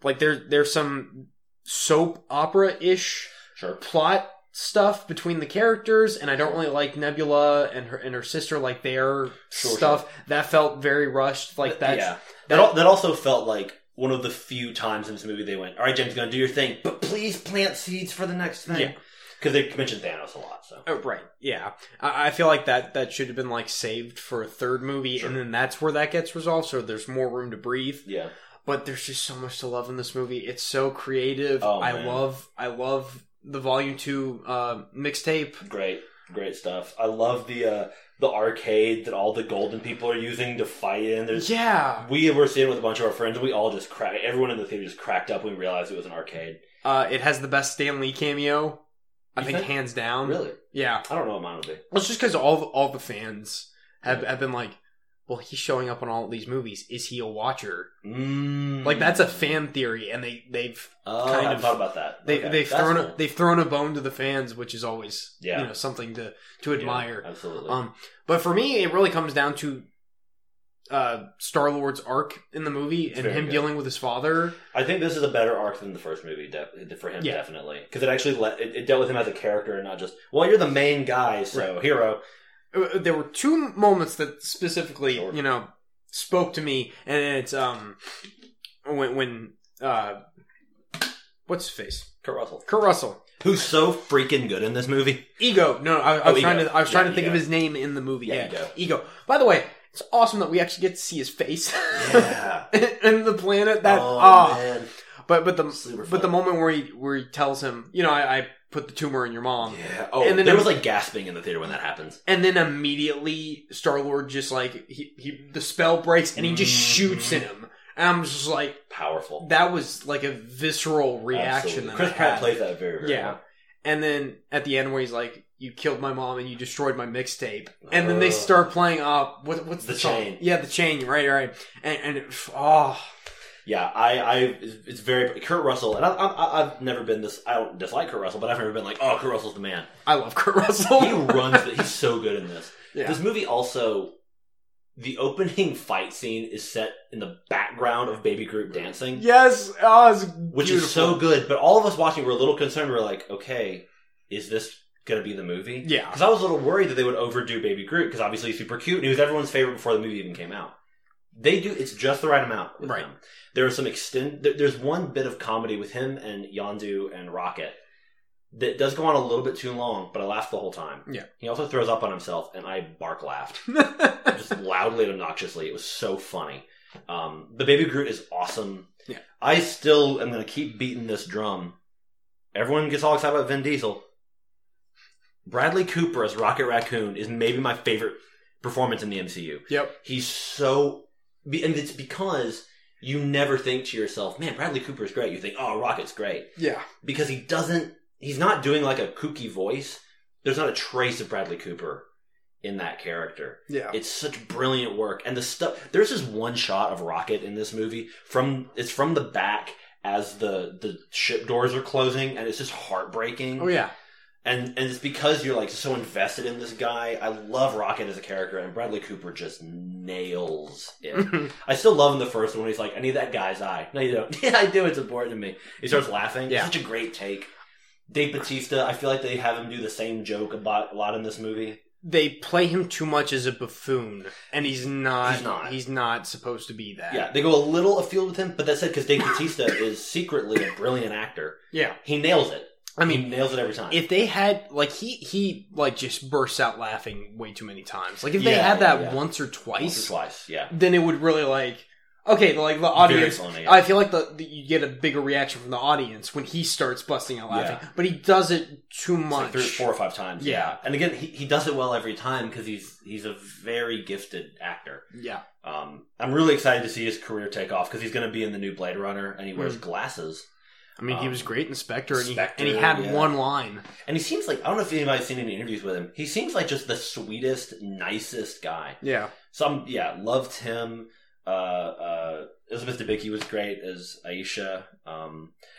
like there there's some soap opera ish sure. plot stuff between the characters, and I don't really like Nebula and her and her sister like their Sure, stuff. That felt very rushed. Like that's yeah. That al- that also felt like one of the few times in this movie they went, "All right, James, gonna do your thing, but please plant seeds for the next thing." Yeah. Because they mentioned Thanos a lot, so Oh, right. Yeah. I, I feel like that that should have been like saved for a third movie, Sure. and then that's where that gets resolved. So there's more room to breathe. yeah, But there's just so much to love in this movie. It's so creative. Oh, I man. love. I love the Volume Two uh, mixtape. great, great stuff. I love the uh, the arcade that all the golden people are using to fight in. There's Yeah. we were sitting with a bunch of our friends, and we all just cracked. Everyone in the theater just cracked up when we realized it was an arcade. Uh, it has the best Stan Lee cameo. I You think, think? hands down. Really, Yeah. I don't know what mine would be. Well, it's just because all all the fans have have been like, well, he's showing up on all these movies. Is he a watcher? Mm. Like that's a fan theory, and they they've Oh, kind I of- thought about that. They, Okay, They've that's thrown cool. a, they've thrown a bone to the fans, which is always Yeah. you know something to to Yeah, admire. absolutely. Um, but for me, it really comes down to uh, Star Lord's arc in the movie It's and very him good. dealing with his father. I think this is a better arc than the first movie de- for him, Yeah. definitely, because it actually let it, it dealt with him as a character and not just well, you're the main guy, so hero. Uh, There were two moments that specifically Sure. you know spoke to me, and it's um when when uh what's his face Kurt Russell, Kurt Russell who's so freaking good in this movie. Ego. No, I, I Oh, was Ego. trying to I was Yeah, trying to think Ego. of his name in the movie. Yeah, Yeah, Ego. Ego. By the way, it's awesome that we actually get to see his face. Yeah. and the planet that oh ah, man, but but the super but fun. the moment where he where he tells him, you know, I, I put the tumor in your mom, yeah. Oh, and then there it- was like gasping in the theater when that happens. and then immediately Star Lord just like he, he the spell breaks and he just Mhm. shoots at him, and I'm just like Powerful that was like a visceral Absolutely. reaction. That Chris I Pratt had. plays that very, very Yeah. well. And then at the end, where he's like, "You killed my mom and you destroyed my mixtape," and then they Ugh. start playing up what, what's the, The song? Chain. Yeah, the chain. Right, right. And, and it, oh, Yeah, I, I, it's very Kurt Russell, and I, I, I've never been this. I don't dislike Kurt Russell, but I've never been like, oh, Kurt Russell's the man. I love Kurt Russell. He runs. The, he's so good in this. yeah. This movie also, the opening fight scene is set in the background of Baby Group dancing, yes, oh, it's which is beautiful. so good. But all of us watching were a little concerned. We're like, okay, is this gonna be the movie? Yeah, Because I was a little worried that they would overdo Baby Group because obviously he's super cute and he was everyone's favorite before the movie even came out. They do it's just the right amount. With Right. Him. There are some extend. There, there's one bit of comedy with him and Yondu and Rocket that does go on a little bit too long, but I laughed the whole time. Yeah. He also throws up on himself, and I bark laughed just loudly and obnoxiously. It was so funny. Um, the Baby Groot is awesome. Yeah. I still am going to keep beating this drum. Everyone gets all excited about Vin Diesel. Bradley Cooper as Rocket Raccoon is maybe my favorite performance in the MCU. yep. He's so, be- and it's because you never think to yourself, "Man, Bradley Cooper is great." You think, "Oh, Rocket's great." Yeah, because he doesn't he's not doing like a kooky voice there's not a trace of bradley cooper in that character yeah. it's such brilliant work and the stuff there's this one shot of rocket in this movie from it's from the back as the the ship doors are closing and it's just heartbreaking oh yeah. and and it's because you're like so invested in this guy i love rocket as a character and bradley cooper just nails it Mm. I still love in the first one. when He's like, I need that guy's eye. No, you don't. Yeah, I do. It's important to me. He starts laughing. Yeah. It's such a great take. Dave Batista, I feel like they have him do the same joke about a lot in this movie. they play him too much as a buffoon, and he's not. He's not. He's not supposed to be that. Yeah, they go a little afield with him, but that's it because Dave Batista is secretly a brilliant actor. Yeah. He nails it. I He mean, nails it every time. if they had like he he like just bursts out laughing way too many times like if they Yeah, had that yeah. once or twice Once or twice, yeah. then it would really like okay like the audience Very funny. i feel like the, the you get a bigger reaction from the audience when he starts busting out laughing but he does it too It's like much three, four or five times. Yeah. and again, he, he does it well every time because he's he's a very gifted actor. yeah Um, I'm really excited to see his career take off because he's going to be in the new Blade Runner, and he wears Hmm. glasses. i mean he Um, was great in spectre and he, Spectre, and he had yeah. one line And he seems like I don't know if anybody's seen any interviews with him. He seems like just the sweetest, nicest guy. yeah So I'm, yeah, loved him. Uh, uh, Elizabeth Debicki was great as Aisha. Um,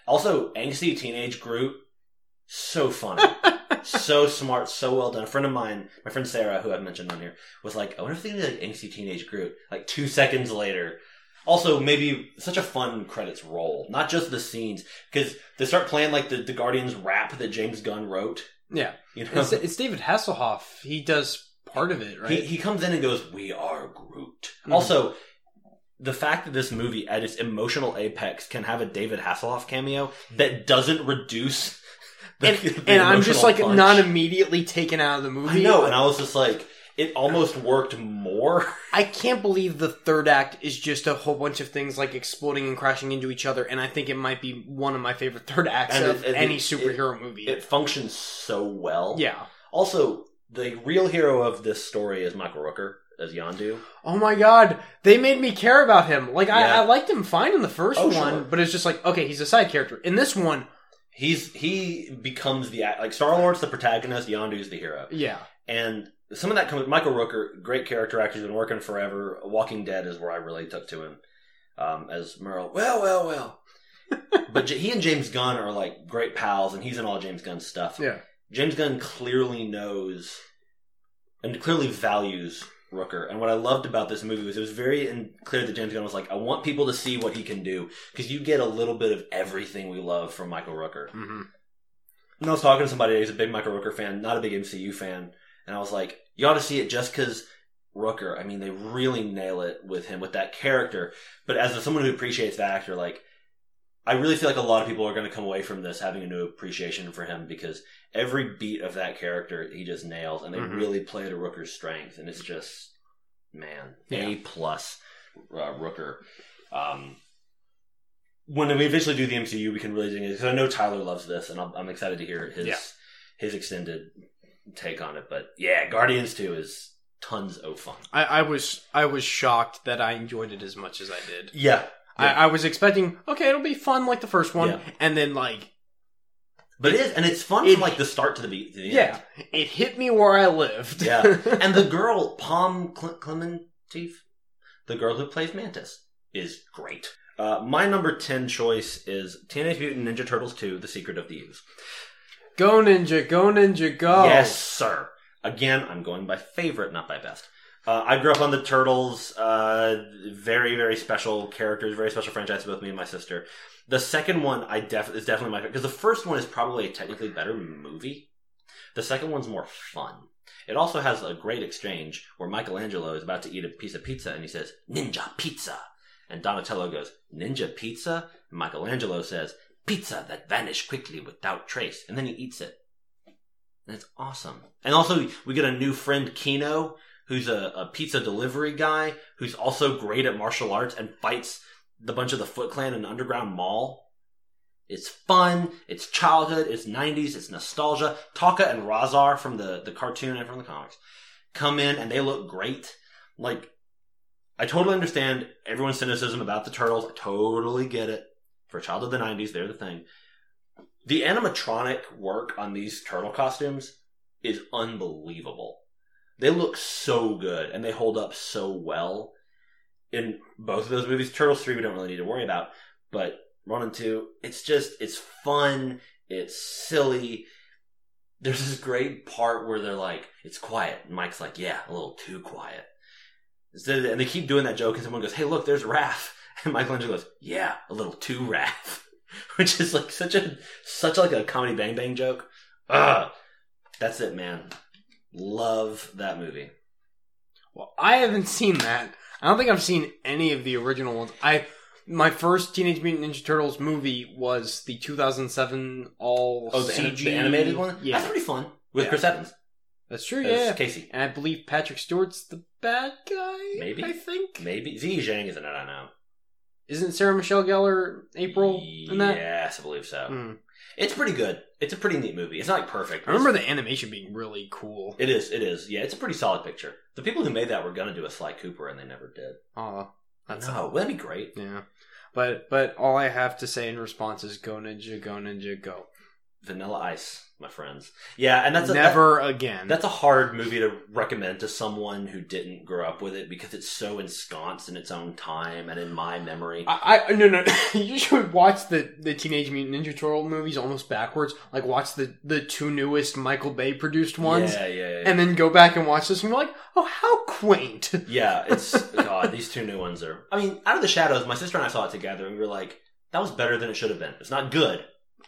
also, angsty teenage Groot, so funny, so smart, so well done. A friend of mine, my friend Sarah, who I've mentioned on here, was like, "I wonder if they did like angsty teenage Groot." Like two seconds later. Also, maybe such a fun credits roll, not just the scenes, because they start playing like the, the Guardians rap that James Gunn wrote. Yeah. you know, It's, it's David Hasselhoff. He does part of it, right? He, he comes in and goes, "We are Groot." Mhm. Also, the fact that this movie, at its emotional apex, can have a David Hasselhoff cameo that doesn't reduce. The, the and I'm just emotional punch. like not immediately taken out of the I movie. know, and I was just like, it almost worked more. I can't believe the third act is just a whole bunch of things like exploding and crashing into each other, and I think it might be one of my favorite third acts And of it- and any it- superhero movie. It functions so well. yeah. Also, the real hero of this story is Michael Rooker as Yondu. Oh my god, they made me care about him. Like I, Yeah. I liked him fine in the first Oh, one, sure. but it's just like okay, he's a side character. In this one, He's he becomes the act- like Star Lord's the protagonist. Yondu's the hero. yeah, And some of that comes. Michael Rooker, great character actor, he's been working forever. Walking Dead is where I really took to him um, as Merle. Well, well, well. but J- he and James Gunn are like great pals, and he's in all James Gunn's stuff. Yeah. James Gunn clearly knows and clearly values Rooker. And what I loved about this movie was it was very in- clear that James Gunn was like, I want people to see what he can do because you get a little bit of everything we love from Michael Rooker. mm-hmm. And I was talking to somebody who's a big Michael Rooker fan, not a big MCU fan, and I was like, "You ought to see it just because Rooker. I mean, they really nail it with him with that character. But as someone who appreciates that actor, like, I really feel like a lot of people are going to come away from this having a new appreciation for him because every beat of that character he just nails, and they Mhm. really play to Rooker's strength, and it's just man, a plus uh, Rooker. Um, when we eventually do the MCU, we can really dig into because I know Tyler loves this, and I'm, I'm excited to hear his Yeah. his extended take on it. But yeah, Guardians Two is tons of fun. I, I was I was shocked that I enjoyed it as much as I did. Yeah, I, I was expecting okay, it'll be fun like the first one, Yeah. and then like but it is, and it's fun It- from like the start to the beat. To the yeah, it hit me where I lived. Yeah. end. and the girl Palm Cle- Clementif, the girl who plays Mantis, is great. Uh, my number ten choice is Teenage Mutant Ninja Turtles Two: The Secret of the Ooze. Go ninja, go ninja, go! Yes, sir. Again, I'm going by favorite, not by best. Uh, I grew up on the Turtles. Uh, very, very special characters, very special franchise to both me and my sister. The second one, I def- is definitely my favorite because the first one is probably a technically better movie. The second one's more fun. It also has a great exchange where Michelangelo is about to eat a piece of pizza and he says, "Ninja pizza," and Donatello goes, "Ninja pizza," and Michelangelo says, "Pizza that vanished quickly without trace," and then he eats it. And it's awesome. And also, we get a new friend, Kino, who's a, a pizza delivery guy who's also great at martial arts and fights the bunch of the Foot Clan in an underground mall. It's fun. It's childhood. It's 90s. It's nostalgia. Taka and Razar from the, the cartoon and from the comics come in and they look great. Like, I totally understand everyone's cynicism about the turtles. I totally get it. For a child of the 90s, they're the thing. The animatronic work on these turtle costumes is unbelievable. They look so good and they hold up so well in both of those movies. Turtles 3 we don't really need to worry about, but Run and 2, it's just it's fun, it's silly. There's this great part where they're like, it's quiet. And Mike's like, yeah, a little too quiet. So- And they keep doing that joke, and someone goes, hey, look, there's Raph. And Michelangelo goes, yeah, a little too Raph. Which is like such a such like a comedy bang bang joke. Ugh. That's it, man. Love that movie. Well, I haven't seen that. I don't think I've seen any of the original ones. I my first Teenage Mutant Ninja Turtles movie was the 2007 all Oh, the, anim- CG the animated one? That's Yeah, pretty fun. With Yeah. Chris Evans. that's true. as Yeah, Casey. and I believe Patrick Stewart's the bad guy. Maybe. I think Maybe. Z Zhang is in it, I don't know. isn't Sarah Michelle Gellar April in that? Yes, I believe so. Hmm. It's pretty good. It's a pretty neat movie. It's not like perfect. I remember the animation being really cool. It is, it is. Yeah, it's a pretty solid picture. The people who made that were gonna do a Sly Cooper and they never did. Oh, that's no, wouldn't that be great? yeah. But but all I have to say in response is go ninja, go ninja, go. Vanilla Ice, my friends. Yeah, and that's a, that- Never again. that's a hard movie to recommend to someone who didn't grow up with it because it's so ensconced in its own time and in my memory. I, I no no. you should watch the the Teenage Mutant Ninja Turtle movies almost backwards. Like watch the the two newest Michael Bay produced ones, yeah, yeah, yeah. and then go back and watch this, and you're like, oh, how quaint. yeah, it's God. These two new ones are. I mean, out of the shadows, my sister and I saw it together, and we were like, "That was better than it should have been. It's not good.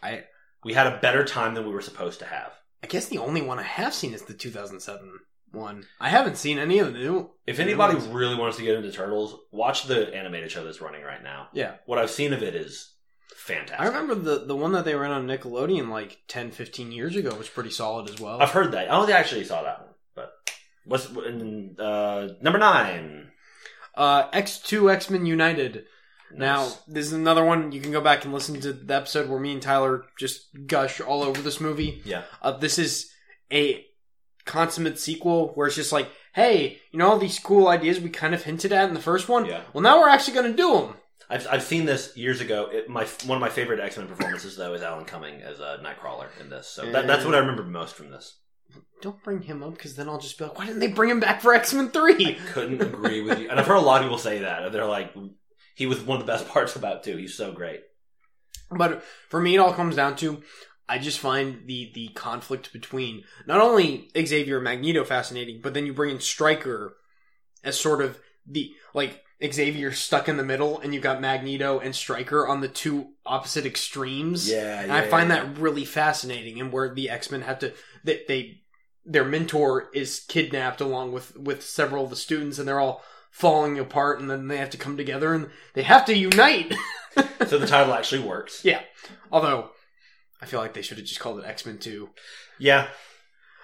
I- we had a better time than we were supposed to have. I guess the only one I have seen is the 2007 one. I haven't seen any of the new. If new anybody ones. really wants to get into turtles, watch the animated show that's running right now. Yeah. what I've seen of it is fantastic. I remember the the one that they ran on Nickelodeon like 10, 15 years ago was pretty solid as well. I've heard that. I don't think I actually saw that one, but what's uh, number nine? Uh, X Two X Men United. Now Nice. this is another one you can go back and listen to the episode where me and Tyler just gush all over this movie. yeah, Uh, this is a consummate sequel where it's just like, hey, you know all these cool ideas we kind of hinted at in the first one. yeah. Well, now we're actually going to do them. I've, I've seen this years ago. It, my one of my favorite X Men performances though is Alan Cumming as a Nightcrawler in this. So that, that's what I remember most from this. Don't bring him up because then I'll just be like, why didn't they bring him back for X Men Three? Couldn't agree with you. And I've heard a lot of people say that. They're like, he was one of the best parts about too. He's so great. But for me, it all comes down to I just find the the conflict between not only Xavier and Magneto fascinating, but then you bring in Stryker as sort of the like Xavier stuck in the middle, and you've got Magneto and Stryker on the two opposite extremes. Yeah, And I find that really fascinating, and where the X Men have to they, they their mentor is kidnapped along with with several of the students, and they're all falling apart, and then they have to come together and they have to unite. so the title actually works. Yeah. Although I feel like they should have just called it X Men Two, Yeah,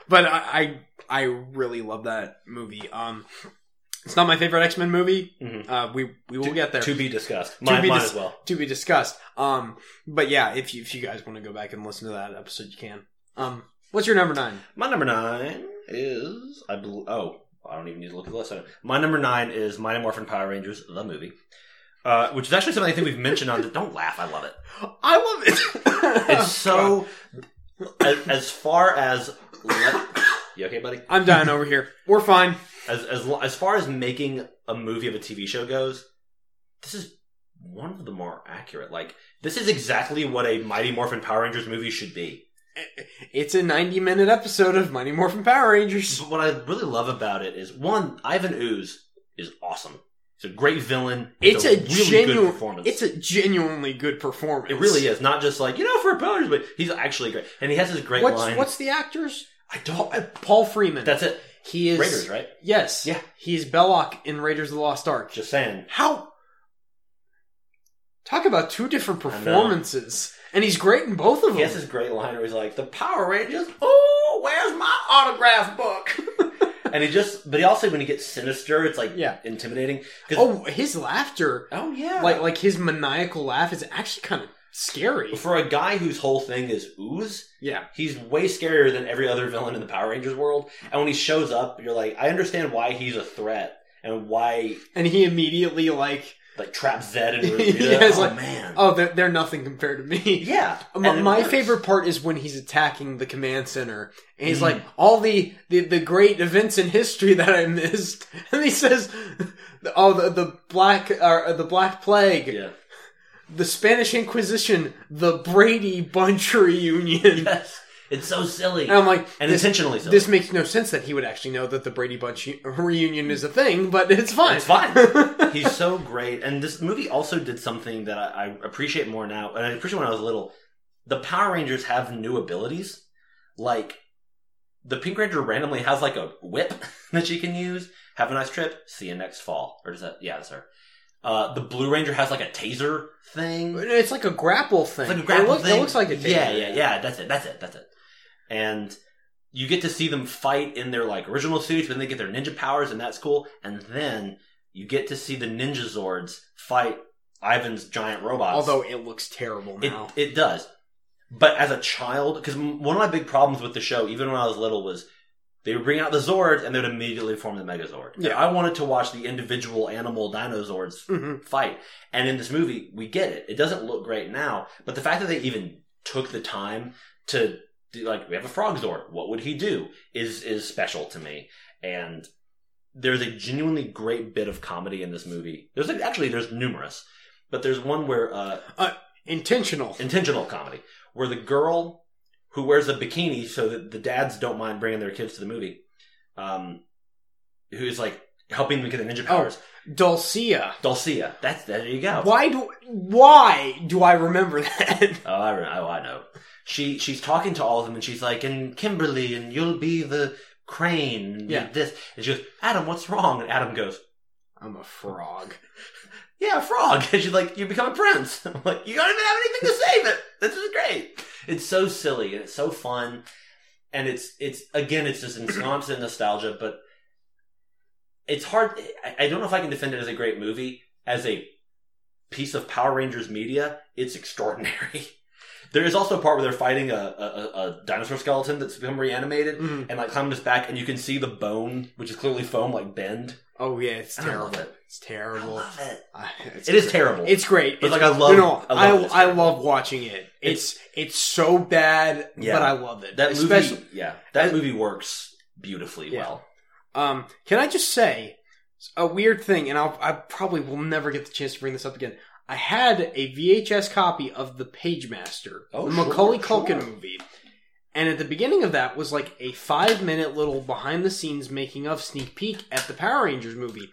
but I, I I really love that movie. Um, it's not my favorite X Men movie. Mhm. Uh, we we will To- get there to be discussed. Mine, be mine dis- as well. to be discussed. Um, but yeah, if you if you guys want to go back and listen to that episode, you can. Um, what's your number nine? My number nine is I bel oh I don't even need to look at the list. I don't- My number nine is Mighty Morphin Power Rangers the movie, uh, which is actually something I think we've mentioned on. Don't laugh. I love it. I love it. It's so as, as far as le- you okay, buddy? I'm dying over here. We're fine. As as lo- as far as making a movie of a TV show goes, this is one of the more accurate. Like this is exactly what a Mighty Morphin Power Rangers movie should be. It's a 90 minute episode of Mighty Morphin Power Rangers. But what I really love about it is one, Ivan Ooze is awesome. He's a great villain. It's a really genuine- good performance. It's a genuinely good performance. it really is not just like you know for powers, but he's actually great, and he has his great What's line. what's the actor's I don't. I, Paul Freeman. that's it. he is Raiders, right? Yes. Yeah. He is Belloc in Raiders of the Lost Ark. Just saying. How Talk about two different I know. performances. And he's great in both of them. He has this great line where he's like, "The Power Rangers, oh, where's my autograph book?" and he just, but he also when he gets sinister, it's like Yeah. intimidating. 'Cause- oh, his laughter, oh yeah, like like his maniacal laugh is actually kind of scary. for a guy whose whole thing is ooze, Yeah. He's way scarier than every other villain in the Power Rangers world. And when he shows up, you're like, I understand why he's a threat and why And he immediately like, like Trap Zed and Yeah, Rita. it's oh like- man, oh, they're, they're nothing compared to me. yeah. And My, it my works. favorite part is when he's attacking the command center, and he's Mhm. like, "All the, the the great events in history that I missed," and he says, "Oh, the the black or uh, the black plague, Yeah. the Spanish Inquisition, the Brady Bunch reunion," Yes. It's so silly and I'm like, and Um, this, intentionally silly. this makes no sense that he would actually know that the Brady Bunch reunion is a thing, but it's fine. It's fine. he's so great. And this movie also did something that I, I appreciate more now, and I appreciate when I was little. The Power Rangers have new abilities. Like the Pink Ranger randomly has like a whip that she can use. Have a nice trip. See you next fall. Or does that? Yeah, that's her. Uh, the Blue Ranger has like a taser thing. it's like a grapple thing. It's like a grapple it, look- it thing. looks like a Yeah, taser. yeah, yeah. That's it. That's it. That's it. And you get to see them fight in their like original suits, but then they get their ninja powers, and that's cool. And then you get to see the ninja Zords fight Ivan's giant robots. Although it looks terrible it now. it does. But as a child, because one of my big problems with the show, even when I was little, was they would bring out the Zords and they would immediately form the Megazord. And Yeah. I wanted to watch the individual animal Dinozords Mhm. fight. And in this movie, we get it. It doesn't look great now, but the fact that they even took the time to do, like we have a frog zord. What would he do? Is is special to me. And there's a genuinely great bit of comedy in this movie. There's like, actually there's numerous, but there's one where uh, Intentional. intentional comedy where the girl who wears a bikini so that the dads don't mind bringing their kids to the movie, um, who is like helping them get the ninja powers. Dulcia. Dulcia. That's there you go. Why do why do I remember that? Oh, I, re- oh, I know. She she's talking to all of them, and she's like, "And Kimberly, and you'll be the crane, and Yeah. this." And she goes, "Adam, what's wrong?" And Adam goes, I'm a frog. "Yeah, frog." And she's like, "You become a prince." I'm like, "You don't even have anything to save it. This is great. It's so silly and it's so fun, and it's it's again, it's just ensconced in nostalgia, but it's hard. I, I don't know if I can defend it as a great movie. As a piece of Power Rangers media, it's extraordinary. There is also a part where they're fighting a, a, a- a dinosaur skeleton that's become reanimated Mhm. and like climbing his back, and you can see the bone, which is clearly foam, like bend. Oh yeah, it's I don't terrible. love it. It's terrible. it. I- it's It is great. terrible. It's great. But, It's- like, I love- No, I I love I it. love, It's watching it. It's it's so bad, Yeah. but I love it. that Especially, movie. Yeah, that movie works beautifully Yeah. well. Um, can I just say a weird thing? And I'll, I probably will never get the chance to bring this up again. I had a VHS copy of The Pagemaster, Oh, the sure, Macaulay sure. Culkin movie, and at the beginning of that was like a five-minute little behind-the-scenes making of sneak peek at the Power Rangers movie,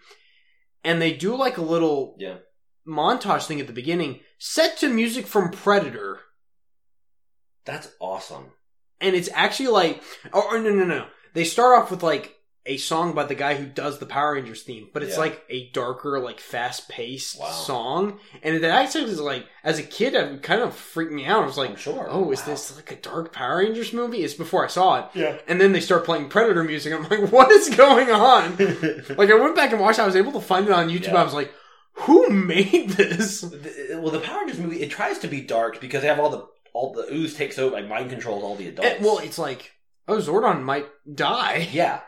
and they do like a little Yeah. montage thing at the beginning set to music from Predator That's awesome. and it's actually like oh or no no no they start off with like a song by the guy who does the power rangers theme but it's Yeah. like a darker like fast-paced Wow. song and it actually was like as a kid it kind of freaked me out i was I'm like sure. oh is Wow. this like a dark power rangers movie it's before i saw it Yeah. and then they start playing predator music i'm like what is going on like i went back and watched it. i was able to find it on youtube Yeah. i was like who made this The- well, the Power Rangers movie it tries to be dark because they have all the all the ooze takes over, like mind controls all the adults. And- well it's like oh zordon might die Yeah.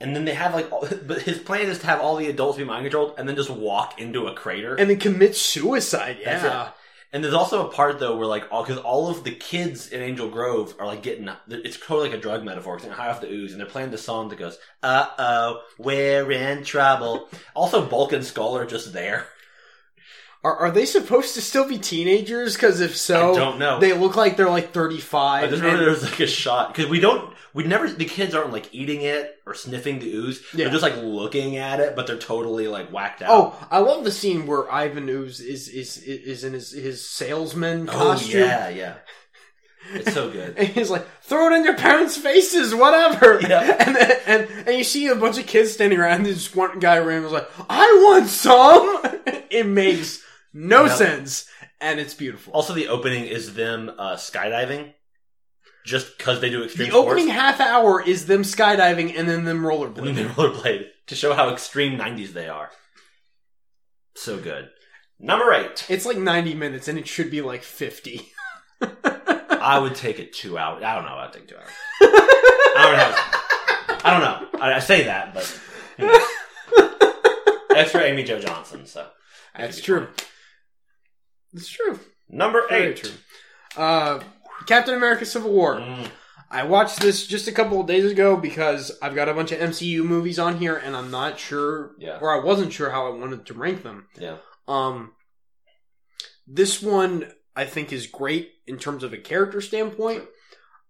And then they have like, all, but his plan is to have all the adults be mind controlled and then just walk into a crater. And, and then commit suicide yeah That's it. there's also a part though where like, all because all of the kids in Angel Grove are like getting, it's totally like a drug metaphor, 'cause they're high off the ooze, and they're playing the song that goes, "Uh oh, we're in trouble." also, Bulk and Skull are just there. Are, are they supposed to still be teenagers? Because if I so, don't know. they look like they're like I 35. just and- remember there was like a shot because we don't, we never, the kids aren't like eating it or sniffing the ooze. Yeah. They're just like looking at it, but they're totally like whacked out. oh, I love the scene where Ivan Ooze is is is in his, his salesman oh costume. yeah, yeah. It's so good. And he's like, throw it in your parents' faces, whatever. Yeah. And, then, and and you see a bunch of kids standing around, and this one guy randomly was like, I want some. it makes no Yeah. sense, and it's beautiful. Also, the opening is them uh, skydiving, just because they do extreme the sports. opening half hour is them skydiving and then them and then rollerblading. they rollerblade to show how extreme '90s they are. So good. Number eight, It's like 90 minutes and it should be like 50. I would take it two hours. I don't know. I'd take two hours. I don't know. I don't know. I, I say that, but you know. that's for Amy Jo Johnson. So That's true. That's true. number Very eight. true. Uh, Captain America Civil War. Mm, I watched this just a couple of days ago because I've got a bunch of MCU movies on here and I'm not sure, yeah, or I wasn't sure how I wanted to rank them. yeah. Um, this one I think is great in terms of a character standpoint.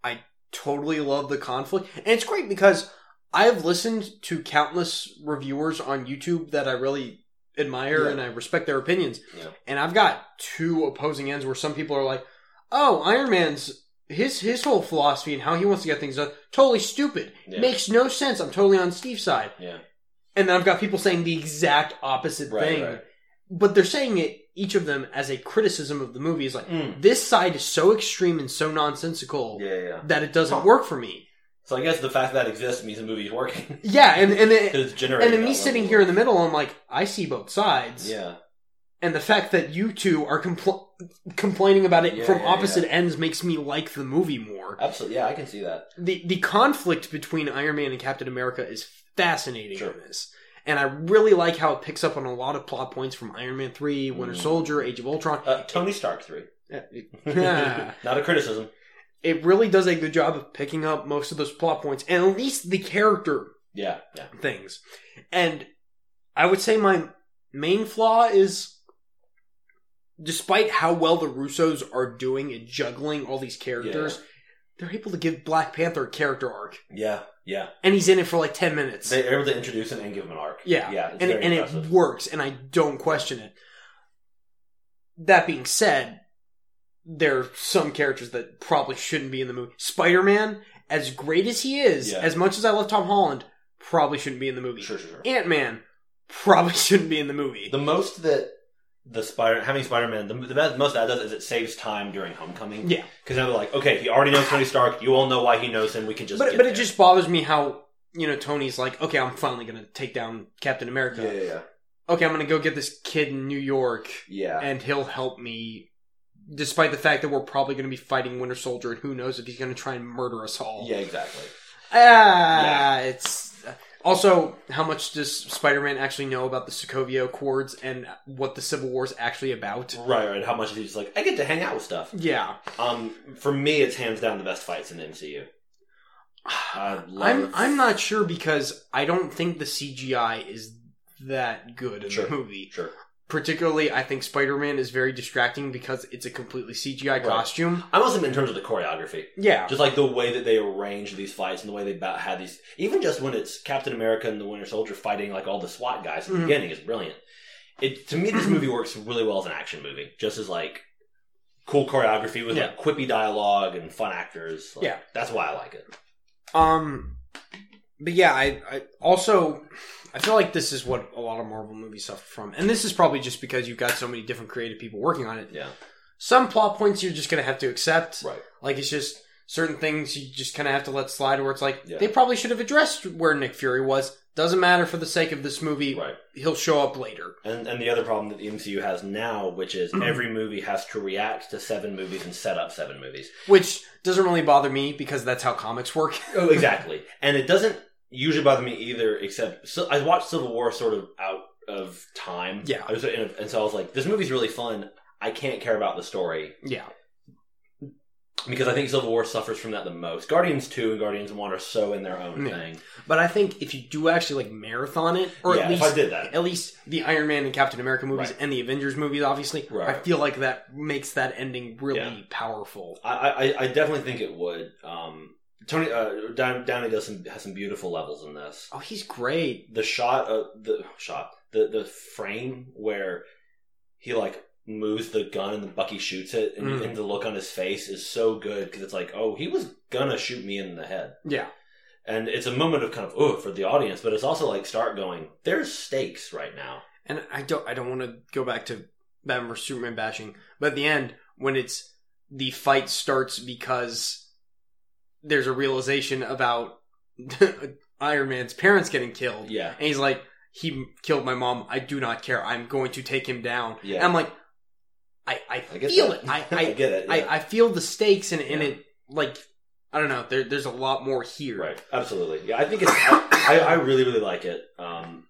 I totally love the conflict, and it's great because I've listened to countless reviewers on YouTube that I really admire Yeah. and I respect their opinions. Yeah. And I've got two opposing ends where some people are like, "Oh, Iron Man's." His, his whole philosophy and how he wants to get things done totally stupid Yeah. makes no sense i'm totally on steve's side Yeah. and then i've got people saying the exact opposite Right, thing right. but they're saying it each of them as a criticism of the movie is like Mm. this side is so extreme and so nonsensical Yeah, yeah. that it doesn't Huh. work for me So I guess the fact that exists means the movie's working. yeah and and it, it's generating. and then me sitting here in the middle i'm like i see both sides Yeah. and the fact that you two are compl- complaining about it Yeah, from yeah, opposite ends makes me like the movie more Absolutely, yeah, I can see that. the the conflict between Iron Man and Captain America is fascinating Sure. in this. And I really like how it picks up on a lot of plot points from Iron Man 3, Winter Mm. Soldier, Age of Ultron. Uh, Tony Stark three, Yeah. not a criticism. it really does a good job of picking up most of those plot points and at least the character Yeah, yeah. things. And I would say my main flaw is despite how well the Russos are doing at juggling all these characters, they're able to give Black Panther a character arc. Yeah, yeah. And he's in it for like 10 minutes. They are able to introduce him and give him an arc. Yeah. yeah. It's and very and impressive. it works, and I don't question it. That being said, there are some characters that probably shouldn't be in the movie. Spider Man, as great as he is, Yeah. as much as I love Tom Holland, probably shouldn't be in the movie. Sure, sure, sure. Ant Man probably shouldn't be in the movie. The most that the spider having Spider Man, the, the best- most that does is it saves time during Homecoming. Yeah. because now they're like, okay, he already knows Tony Stark. You all know why he knows him. We can just but get but it there. just bothers me how you know Tony's like, okay, I'm finally gonna take down Captain America. yeah, yeah, yeah. Okay, I'm gonna go get this kid in New York, yeah. and he'll help me. Despite the fact that we're probably going to be fighting Winter Soldier, and who knows if he's going to try and murder us all. Yeah, exactly. Ah, it's also how much does Spider-Man actually know about the Sokovia Accords and what the Civil War is actually about? Right, right. How much is he just like? I get to hang out with stuff. Yeah, Um, for me, it's hands down the best fights in the MCU. I love. I'm I'm not sure because I don't think the CGI is that good in Sure. the movie. sure. particularly i think spider-man is very distracting because it's a completely cgi costume I'm also in terms of the choreography, yeah just like the way that they arrange these fights and the way they about had these. Even just when it's Captain America and the Winter Soldier fighting like all the SWAT guys in the Mhm. beginning is brilliant. It to me, this movie works really well as an action movie, just as like cool choreography with like quippy dialogue and fun actors. Like, Yeah. that's why I like it. um but yeah I, I also i feel like this is what a lot of marvel movies suffer from and this is probably just because you've got so many different creative people working on it Yeah, some plot points you're just gonna have to accept right. like it's just certain things you just kind of have to let slide where it's like Yeah. they probably should have addressed where nick fury was doesn't matter for the sake of this movie Right. he'll show up later And, and the other problem that the MCU has now, which is every movie has to react to seven movies and set up seven movies. which doesn't really bother me because that's how comics work Oh, exactly. and it doesn't usually bother me either, except so I watched Civil War sort of out of time. Yeah. I was in a, and so I was like, this movie's really fun. I can't care about the story yeah because I think Civil War suffers from that the most. Guardians Two and Guardians One are so in their own Yeah. thing. But I think if you do actually like marathon it, or yeah, at if I least did that, at least the Iron Man and Captain America movies Right. and the Avengers movies, obviously, Right. I feel like that makes that ending really Yeah. powerful. I, I, I definitely think it would. Um, Tony uh, Down- Downey does some has some beautiful levels in this. Oh, he's great. the shot uh, the shot the the frame where he like moves the gun and the bucky shoots it and, Mhm. and the look on his face is so good because it's like oh he was gonna shoot me in the head Yeah, and it's a moment of kind of oh for the audience but it's also like start going there's stakes right now and I don't I don't want to go back to Batman vs Superman bashing, but at the end when it's the fight starts because there's a realization about Iron Man's parents getting killed, yeah and he's like, "He killed my mom. I do not care. I'm going to take him down." yeah And I'm like, I, I, I get feel that. it. I, I I, get it yeah. I, I feel the stakes, and, and Yeah. it like I don't know. There, there's a lot more here. Right. Absolutely. Yeah, I think it's. I, I really, really like it. Um,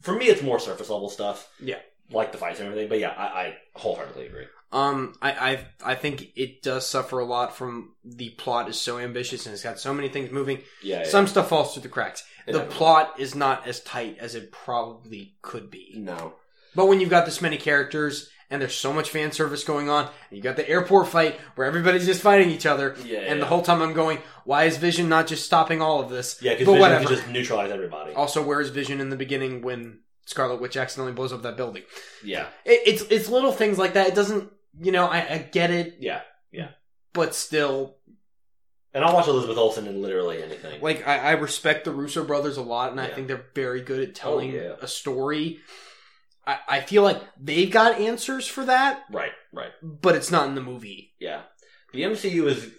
for me, it's more surface level stuff. Yeah. Like the fights and everything. But yeah, I, I wholeheartedly agree. Um, I, I, I think it does suffer a lot from the plot is so ambitious and it's got so many things moving. Yeah. yeah. Some stuff falls through the cracks. It the definitely- plot is not as tight as it probably could be. No. But when you've got this many characters and there's so much fan service going on, and you got the airport fight where everybody's just fighting each other. Yeah. And the yeah. whole time I'm going, why is Vision not just stopping all of this? Yeah, because But Vision whatever. can just neutralize everybody. Also, where is Vision in the beginning when Scarlet Witch accidentally blows up that building? Yeah, It, it's it's little things like that. It doesn't, you know, I, I get it, yeah. but still, And I'll watch Elizabeth Olsen in literally anything. like I, I respect the Russo brothers a lot, and I Yeah. Oh, think they're very good at telling yeah. a story. I, I feel like they've got answers for that, right, right. but it's not in the movie. Yeah. The MCU is.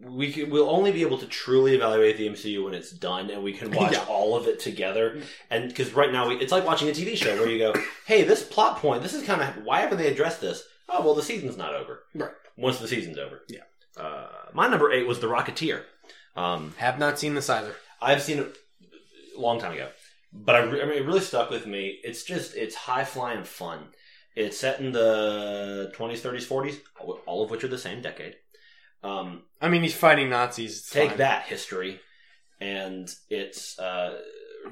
We can, we'll only be able to truly evaluate the MCU when it's done, and we can watch Yeah. Mm. all of it together. And because right now we, it's like watching a TV show where you go, "Hey, this plot point, this is kind of why haven't they addressed this?" Oh, well, the season's not over. Right. Once the season's over. Yeah. Uh, my number eight was The Rocketeer. Um, Have not seen this either. I've seen it a long time ago, but I, re- I mean, it really stuck with me. It's just it's high flying fun. It's set in the twenties, thirties, forties, all of which are the same decade. Um, I mean, he's fighting Nazis. It's take fine. that history, and it's uh,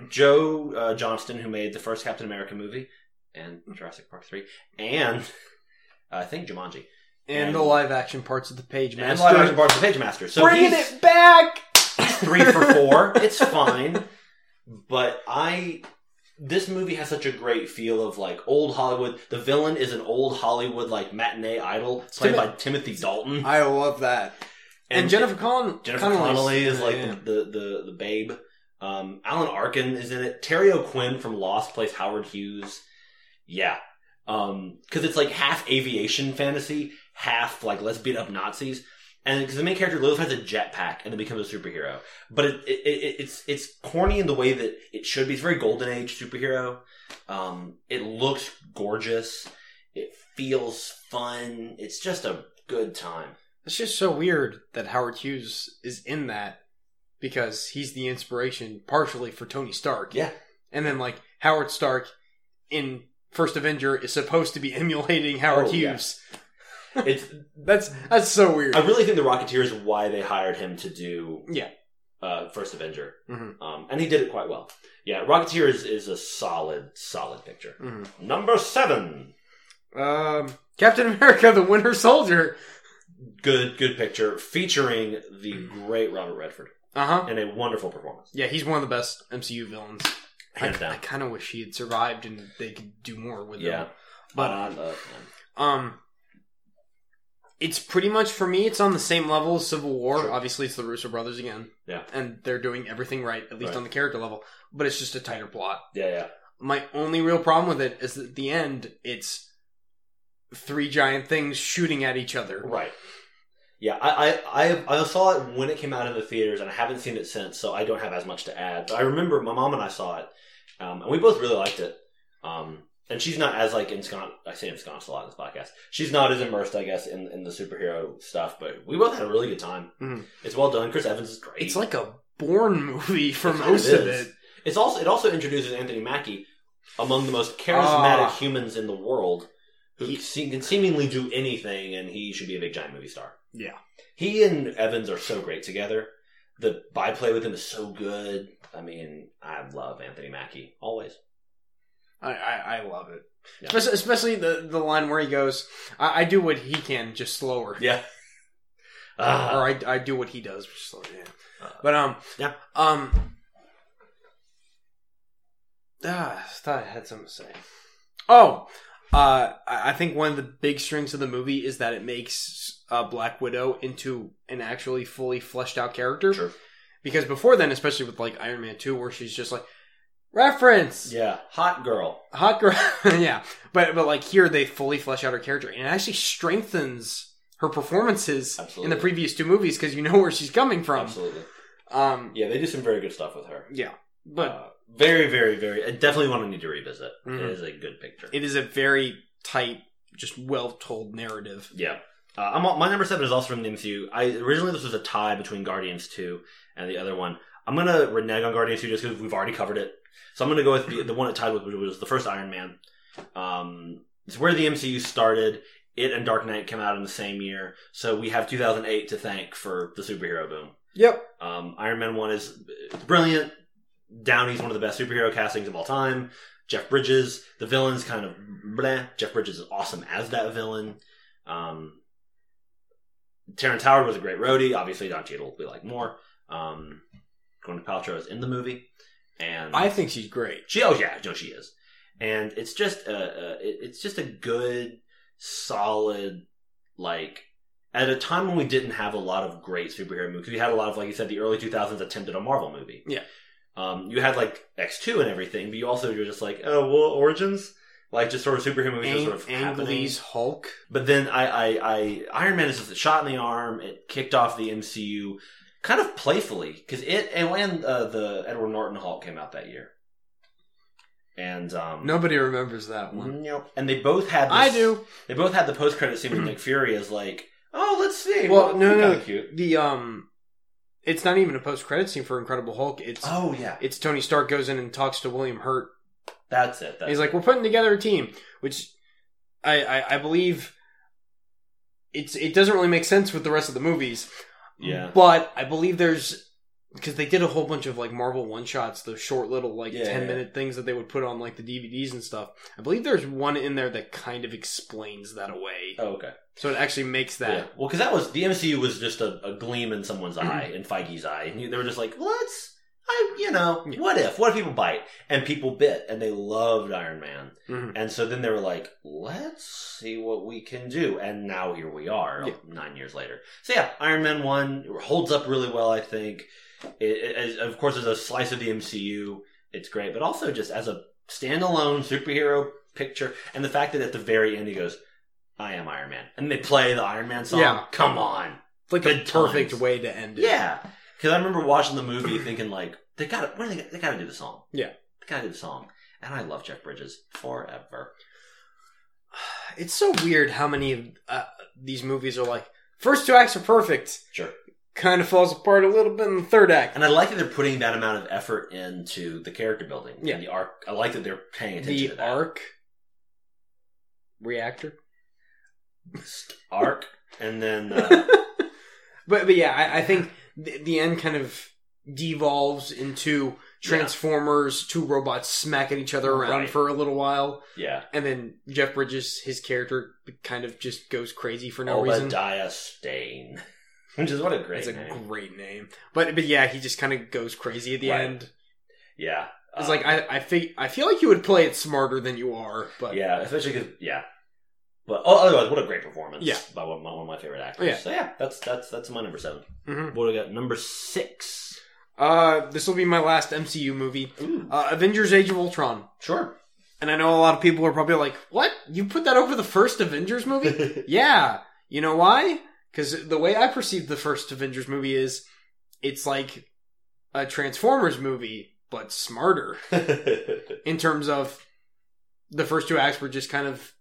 Joe uh, Johnston who made the first Captain America movie and Jurassic Park three, and uh, I think Jumanji And, And- the live action parts of the page, man. and live action parts of Page Master. So Bringing he's it back. three for four. It's fine, but I. This movie has such a great feel of like old Hollywood. The villain is an old Hollywood like matinee idol played by Timothy Dalton. I love that. And, Jennifer Con- Jennifer Connelly's- Connelly is yeah, like yeah. The, the the babe. Um, Alan Arkin is in it. Terry O'Quinn from Lost plays Howard Hughes. Yeah, because it's like half aviation fantasy, half like let's beat up Nazis. And because the main character Lilith has a jetpack and then becomes a superhero, but it, it, it, it's it's corny in the way that it should be. It's very golden age superhero. Um, it looks gorgeous. It feels fun. It's just a good time. It's just so weird that Howard Hughes is in that because he's the inspiration partially for Tony Stark. Yeah. And then like Howard Stark in First Avenger is supposed to be emulating Howard Oh, yeah. Hughes. It's That's that's so weird. I really think the Rocketeer is why they hired him to do Yeah. uh, First Avenger, Mhm. um, and he did it quite well. Yeah, Rocketeer is, is a solid solid picture. Mhm. Number seven, Um, Captain America: The Winter Soldier. good good picture featuring the great Robert Redford Uh huh. in a wonderful performance, Yeah, he's one of the best MCU villains. hands I, down. kind of wish he had survived and they could do more with Yeah. him. But I love him. Um, it's pretty much for me. It's on the same level as Civil War. Sure. Obviously, it's the Russo brothers again. Yeah. and they're doing everything right, at least Right. on the character level. But it's just a tighter plot. yeah, yeah, My only real problem with it is that at the end, it's three giant things shooting at each other. right. Yeah, I, I I I saw it when it came out in the theaters, and I haven't seen it since, so I don't have as much to add. But I remember my mom and I saw it, um, and we both really liked it. Um, and she's not as like ensconced. I say ensconced a lot in this podcast. She's not as immersed, I guess, in, in the superhero stuff. But we both had a really good time. Mhm. It's well done. Chris Evans is great. It's like a Bourne movie for It kind most of is. it. It's also it also introduces Anthony Mackie among the most charismatic Ah. humans in the world, who He- se- can seemingly do anything, and he should be a big giant movie star. Yeah. he and Evans are so great together. The byplay with him is so good. I mean, I love Anthony Mackie always. I, I, I love it. Yeah. Espec- Especially the, the line where he goes, I, I do what he can, just slower. Yeah. Ah. or I, I do what he does, which is slow down. Uh, but um, yeah. um, ah, I thought I had something to say. Oh, uh, I I think one of the big strengths of the movie is that it makes uh, Black Widow into an actually fully fleshed out character. Sure. Because before then, especially with like Iron Man two, where she's just like reference Yeah, hot girl. hot girl, yeah. But but like here, they fully flesh out her character, and it actually strengthens her performances in Absolutely. the previous two movies because you know where she's coming from. Absolutely. Um, Yeah, they do some very good stuff with her. yeah, but Uh, very, very, very. I definitely want to need to revisit. It Mhm. is a good picture. it is a very tight, just well told narrative. Yeah. Uh, I'm, my number seven is also from the MCU. I originally this was a tie between Guardians two and the other one. I'm gonna renege on Guardians two just because we've already covered it. So I'm gonna go with the, the one it tied with, which was the first Iron Man. Um, it's where the MCU started. It and Dark Knight came out in the same year, so we have 2008 to thank for the superhero boom. Yep. Um, Iron Man 1 is brilliant. Downey's one of the best superhero castings of all time. Jeff Bridges, the villain's kind of bleh. Jeff Bridges is awesome as that villain. Um, Terrence Howard was a great roadie. Obviously, Don Cheadle we like more. Um, Gwyneth Paltrow is in the movie, and I think she's great. she oh yeah, no, she is, and it's just a, a it- it's just a good, solid, like at a time when we didn't have a lot of great superhero movies. We had a lot of like you said, the early two thousands attempted a Marvel movie. Yeah. um, you had like X two and everything, but you also you're just like oh well origins. Like just sort of superhero movies, just Ang- sort of happening. Angley's Hulk. But then I, I, I Iron Man is just a shot in the arm. It kicked off the MCU kind of playfully because it and when uh, the Edward Norton Hulk came out that year, and um, Nobody remembers that one. nope. and they both had this, I do. They both had the post credit scene with Nick Fury as like, oh, let's see. Well, no, kinda no. cute. The um, it's not even a post credit scene for Incredible Hulk. It's Oh yeah, it's Tony Stark goes in and talks to William Hurt. that's it. That's He's like, we're putting together a team, which I I, I believe it's it doesn't really make sense with the rest of the movies. Yeah. But I believe there's because they did a whole bunch of like Marvel one shots, those short little like Yeah, ten yeah. minute things that they would put on like the DVDs and stuff. I believe there's one in there that kind of explains that away, Oh, okay. so it actually makes Yeah. that. Mm-hmm. Well, because that was the MCU was just a, a gleam in someone's eye, in Feige's eye, and you- they were just like, "Let's, I, you know, Yeah. what if? What if people bite?" And people bit, and they loved Iron Man, Mhm. and so then they were like, "Let's see what we can do," and now here we are, Yeah. nine years later. So yeah, Iron Man one holds up really well, I think. It, it, as, of course, as a slice of the MCU, it's great, but also just as a standalone superhero picture, and the fact that at the very end he goes. I am Iron Man. And they play the Iron Man song. Yeah. Come on. It's like a Good perfect times. way to end it. Yeah, because I remember watching the movie thinking like they got to what do they they got to do the song. Yeah. they got to do the song. And I love Jeff Bridges forever. It's so weird how many of uh, these movies are like first two acts are perfect, Sure. kind of falls apart a little bit in the third act. And I like that they're putting that amount of effort into the character building. Yeah. and the arc. I like that they're paying attention to The that arc reactor. arc. And then uh, But but yeah, I, I think the, the end kind of devolves into Transformers, two robots smacking each other around Right. for a little while, yeah, and then Jeff Bridges, his character, kind of just goes crazy for no reason. Obadiah Stain, which is what a great It's a name. great name, but but yeah, he just kind of goes crazy at the Right. end. yeah, It's Uh, like I I, fig- I feel like you would play it smarter than you are, but Yeah, especially because yeah. But oh, otherwise, what a great performance! Yeah. Oh, by one, one of my favorite actors. Yeah. So yeah, that's that's that's my number seven. Mhm. What do we got? Number six. Uh, this will be my last MCU movie, Ooh, uh, Avengers: Age of Ultron. sure. And I know a lot of people are probably like, "What? You put that over the first Avengers movie?" Yeah. You know why? Because the way I perceive the first Avengers movie is it's like a Transformers movie, but smarter in terms of the first two acts were just kind of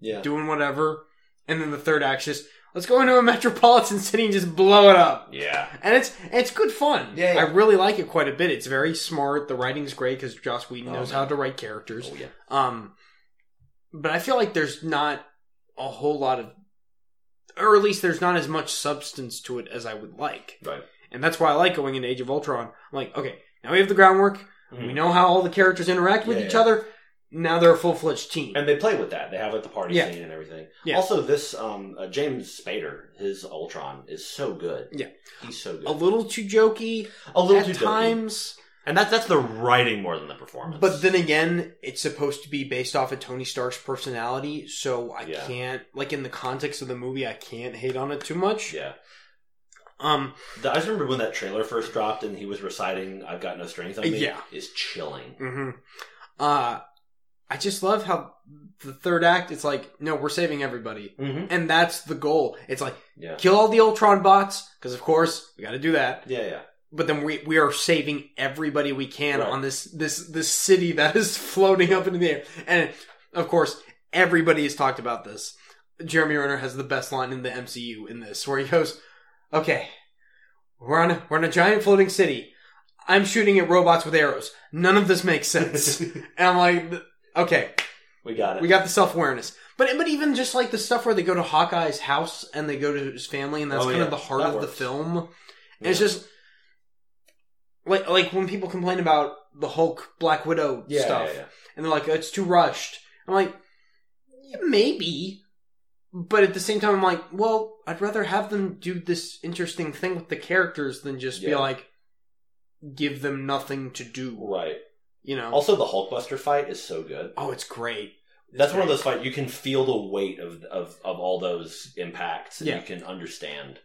yeah. doing whatever. And then the third act's just, let's go into a metropolitan city and just blow it up. Yeah. And it's it's good fun. Yeah, yeah. I really like it quite a bit. It's very smart. The writing's great because Joss Whedon Oh, knows man. how to write characters. Oh yeah. Um, but I feel like there's not a whole lot of, or at least there's not as much substance to it as I would like, Right. and that's why I like going into Age of Ultron. I'm like, okay, now we have the groundwork. Mm-hmm. We know how all the characters interact with Mm. Yeah, each yeah. other. Now they're a full fledged team. And they play with that. They have like the party Yeah. scene and everything. Yeah. Also, this um uh, James Spader, his Ultron is so good. Yeah. He's so good. a little too jokey A little at too jokey. times, and that's that's the writing more than the performance. but then again, it's supposed to be based off of Tony Stark's personality, so I Yeah. can't, like in the context of the movie, I can't hate on it too much. yeah. Um, The, I just remember when that trailer first dropped and he was reciting "I've Got No Strength on Me." Yeah. is chilling. Mm-hmm. Uh, I just love how the third act, it's like, no, we're saving everybody. Mm-hmm. And that's the goal. It's like, Yeah, kill all the Ultron bots, because of course, we gotta do that. yeah, yeah. But then we, we are saving everybody we can Right. on this, this, this city that is floating up into the air. And of course, everybody has talked about this. Jeremy Renner has the best line in the MCU in this, where he goes, okay, we're on a, we're in a giant floating city. I'm shooting at robots with arrows. None of this makes sense. And I'm like, th- okay, we got it. we got the self awareness. But but even just like the stuff where they go to Hawkeye's house and they go to his family, and that's Oh, kind yeah. of the heart That of the works. film. And Yeah. It's just like like when people complain about the Hulk Black Widow yeah, stuff, Yeah, yeah. and they're like, "Oh, it's too rushed. I'm like, yeah, maybe. But at the same time, I'm like, well, I'd rather have them do this interesting thing with the characters than just be Yeah. like, give them nothing to do. Right. You know? Also, the Hulkbuster fight is so good. oh, it's great. That's one of great. those fights you can feel the weight of of, of all those impacts, and Yeah. you can understand.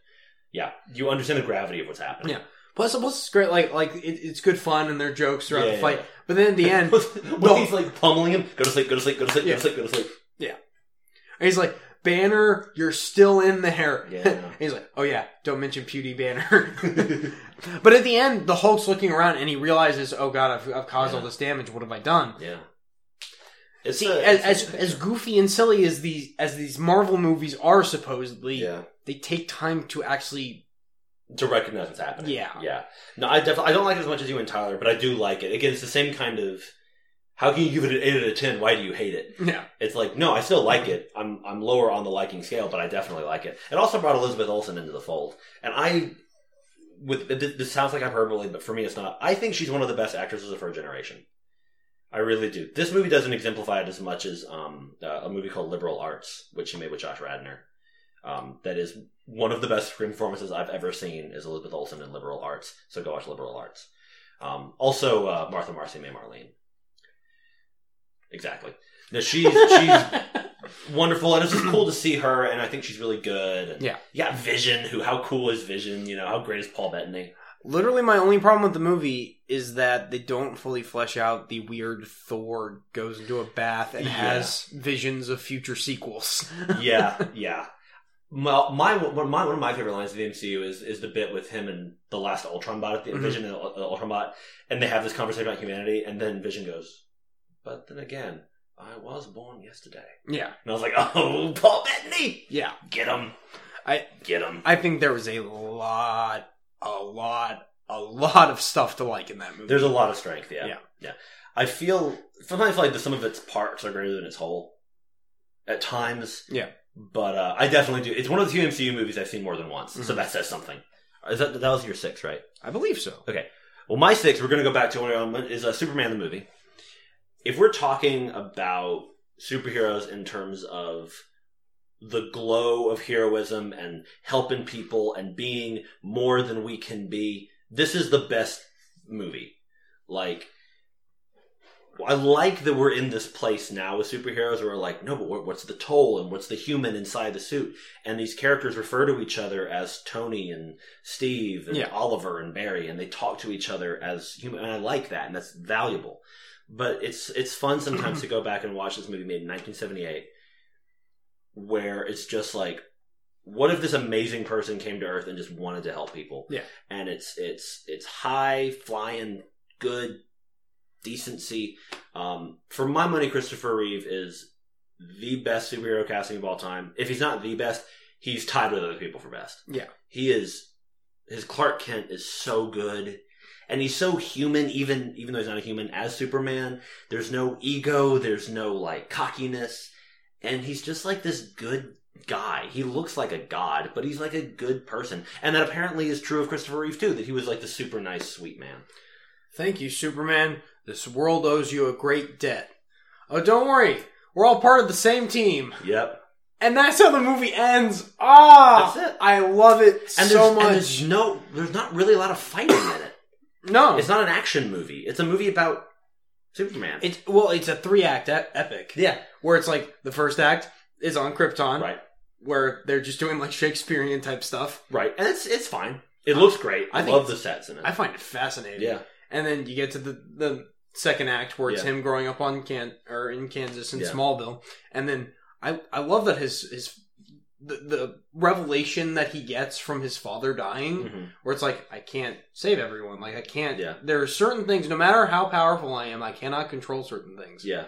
Yeah, you understand the gravity of what's happening. Yeah. Plus, plus it's great. Like, like it, it's good fun, and there are jokes throughout Yeah, the yeah, fight. yeah. But then at the end, when No. he's like pummeling him, go to sleep, go to sleep, go to sleep, Yeah. go to sleep, go to sleep. he's like, "Banner, you're still in there." Yeah. And he's like, "Oh yeah, don't mention Pewdie Banner." but at the end, the Hulk's looking around, and he realizes, "Oh God, I've, I've caused Yeah. all this damage. What have I done?" Yeah. It's See, a- as, it's a- as as goofy and silly as these as these Marvel movies are supposedly, yeah. they take time to actually. to recognize what's happening. Yeah. yeah. No, I definitely I don't like it as much as you and Tyler, but I do like it. Again, it's the same kind of How can you give it an eight out of ten? Why do you hate it? Yeah. It's like no, I still like it. I'm I'm lower on the liking scale, but I definitely like it. It also brought Elizabeth Olsen into the fold, and I with th- this sounds like hyperbole, but for me it's not. I think she's one of the best actresses of her generation. I really do. This movie doesn't exemplify it as much as um, uh, a movie called Liberal Arts, which she made with Josh Radner. Um, that is one of the best screen performances I've ever seen is Elizabeth Olsen in Liberal Arts. So go watch Liberal Arts. Um, also, uh, Martha Marcy May Marlene. Exactly. No, she's she's wonderful, and it's just cool to see her. And I think she's really good. And Yeah. you got Vision. Who? How cool is Vision? You know, how great is Paul Bettany? Literally, my only problem with the movie is that they don't fully flesh out the weird Thor goes into a bath and Yeah. has visions of future sequels. yeah, yeah. My, my one my- one of my favorite lines of the MCU is is the bit with him and the last Ultron bot at the Mhm. Vision and the Ul- Ultron bot, and they have this conversation about humanity, and then Vision goes, "But then again, I was born yesterday," Yeah, and I was like, "Oh, Paul Bettany, yeah. get him! I- get him! I think there was a lot, a lot, a lot of stuff to like in that movie. There's a lot of strength, yeah. Yeah. I feel sometimes I feel like the sum of its parts are greater than its whole. At times. Yeah. But uh, I definitely do. It's one of the few MCU movies I've seen more than once, so Mhm. that says something. Is that that was your six, right? I believe so. Well, my six, we're going to go back to one of them, is uh, Superman the movie. If we're talking about superheroes in terms of the glow of heroism and helping people and being more than we can be, this is the best movie. Like, I like that we're in this place now with superheroes where we're like, no, but what- what's the toll and what's the human inside the suit? And these characters refer to each other as Tony and Steve and Yeah. Oliver and Barry, and they talk to each other as human. And I like that, and that's valuable. But it's it's fun sometimes to go back and watch this movie made in 1978, where it's just like, what if this amazing person came to Earth and just wanted to help people? Yeah. and it's it's it's high flying good decency. Um, for my money, Christopher Reeve is the best superhero casting of all time. If he's not the best, he's tied with other people for best. Yeah. he is. His Clark Kent is so good, and he's so human. Even even though he's not a human, as Superman, there's no ego, there's no like cockiness, and he's just like this good guy. He looks like a god, but he's like a good person, and that apparently is true of Christopher Reeve too. That he was like the super nice, sweet man. Thank you, Superman. This world owes you a great debt. Oh, don't worry. We're all part of the same team. Yep, And that's how the movie ends. Ah! that's it. I love it And so there's- and there's much. Oh. no, there's not really a lot of fighting in it. no. It's not an action movie. It's a movie about Superman. It's well, it's a three act ep- epic. yeah, where it's like the first act is on Krypton, right, where they're just doing like Shakespearean type stuff. right, and it's it's fine. It looks great. I I, think love the sets in it. I find it fascinating. yeah, and then you get to the the second act where it's Yeah. him growing up on can or in Kansas in Yeah. Smallville, and then I I love that his his the, the revelation that he gets from his father dying Mhm. where it's like i can't save everyone like i can't Yeah. there are certain things no matter how powerful i am i cannot control certain things yeah,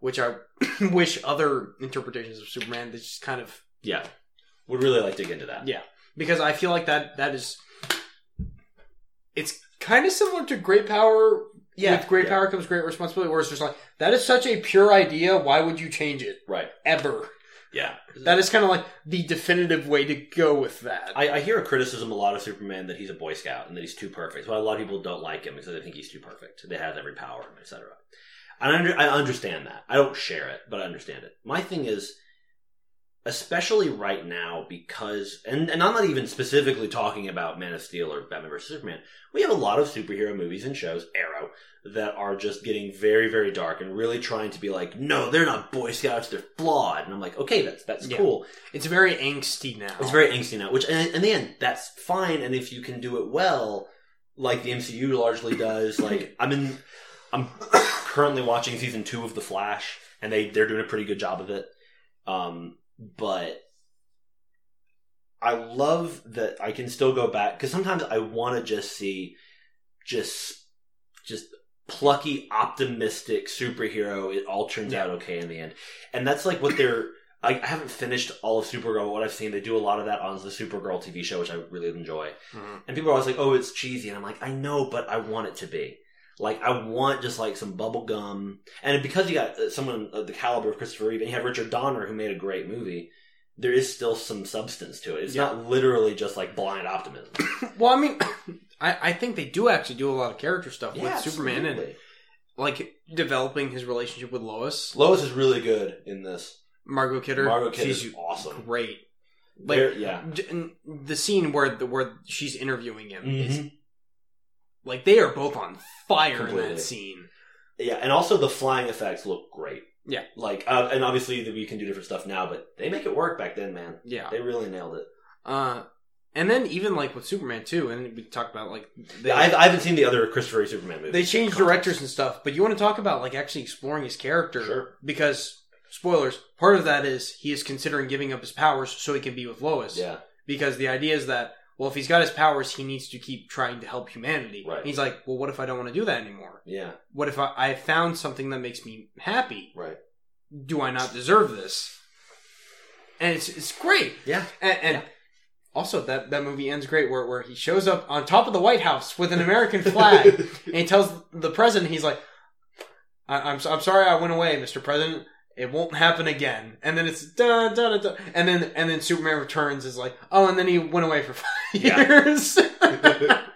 which i wish other interpretations of superman that just kind of yeah. Would really like to dig into that. Yeah, because I feel like that that is it's kind of similar to great power. with great yeah. power comes great responsibility. Where it's just like that is such a pure idea. Why would you change it Right. ever? Yeah. That is kind of like the definitive way to go with that. I, I hear a criticism a lot of Superman that he's a Boy Scout and that he's too perfect. Well, a lot of people don't like him because they think he's too perfect. They have every power, etc. And I, under, I understand that. I don't share it, but I understand it. My thing is, especially right now, because and, and I'm not even specifically talking about Man of Steel or Batman vs Superman. We have a lot of superhero movies and shows, Arrow, that are just getting very, very dark and really trying to be like, no, they're not Boy Scouts, they're flawed. And I'm like, okay, that's that's Yeah. cool. it's very angsty now. It's very angsty now, which and, and then that's fine. And if you can do it well, like the MCU largely does, like I'm in, I'm currently watching season two of The Flash, and they they're doing a pretty good job of it. Um, but I love that I can still go back because sometimes I want to just see just just plucky, optimistic superhero. It all turns out okay in the end, and that's like what they're. I, I haven't finished all of Supergirl. but What I've seen, they do a lot of that on the Supergirl TV show, which I really enjoy. Mhm. And people are always like, "Oh, it's cheesy," and I'm like, "I know, but I want it to be." Like I want just like some bubble gum, and because you got uh, someone of the caliber of Christopher Reeve, and you have Richard Donner who made a great movie, there is still some substance to it. It's Yeah. not literally just like blind optimism. Well, I mean, I, I think they do actually do a lot of character stuff with Superman and absolutely. like developing his relationship with Lois. Lois is really good in this. Margot Kidder, Margot Kidder she's is awesome. great. Like Very- yeah, d- and the scene where the where she's interviewing him is Mhm. like they are both on fire in Completely. that scene. yeah, and also the flying effects look great. Yeah. like uh, and obviously that we can do different stuff now, but they make it work back then, man. Yeah. They really nailed it. Uh, and then even like with Superman too, and we talked about like they, Yeah, I, I haven't seen the other Christopher Reeve Superman movies. they changed directors and stuff. But you want to talk about like actually exploring his character Sure. because spoilers. Part of that is he is considering giving up his powers so he can be with Lois. Yeah, because the idea is that well if he's got his powers he needs to keep trying to help humanity Right. And he's like well what if i don't want to do that anymore yeah, what if I, I found something that makes me happy right. do i not deserve this and it's, it's great Yeah. and, and also that, that movie ends great where, where he shows up on top of the white house with an american flag and he tells the president he's like I, I'm, so- I'm sorry i went away mr president it won't happen again and then it's da da da, da. and then and then superman returns is like oh and then he went away for five Yeah. years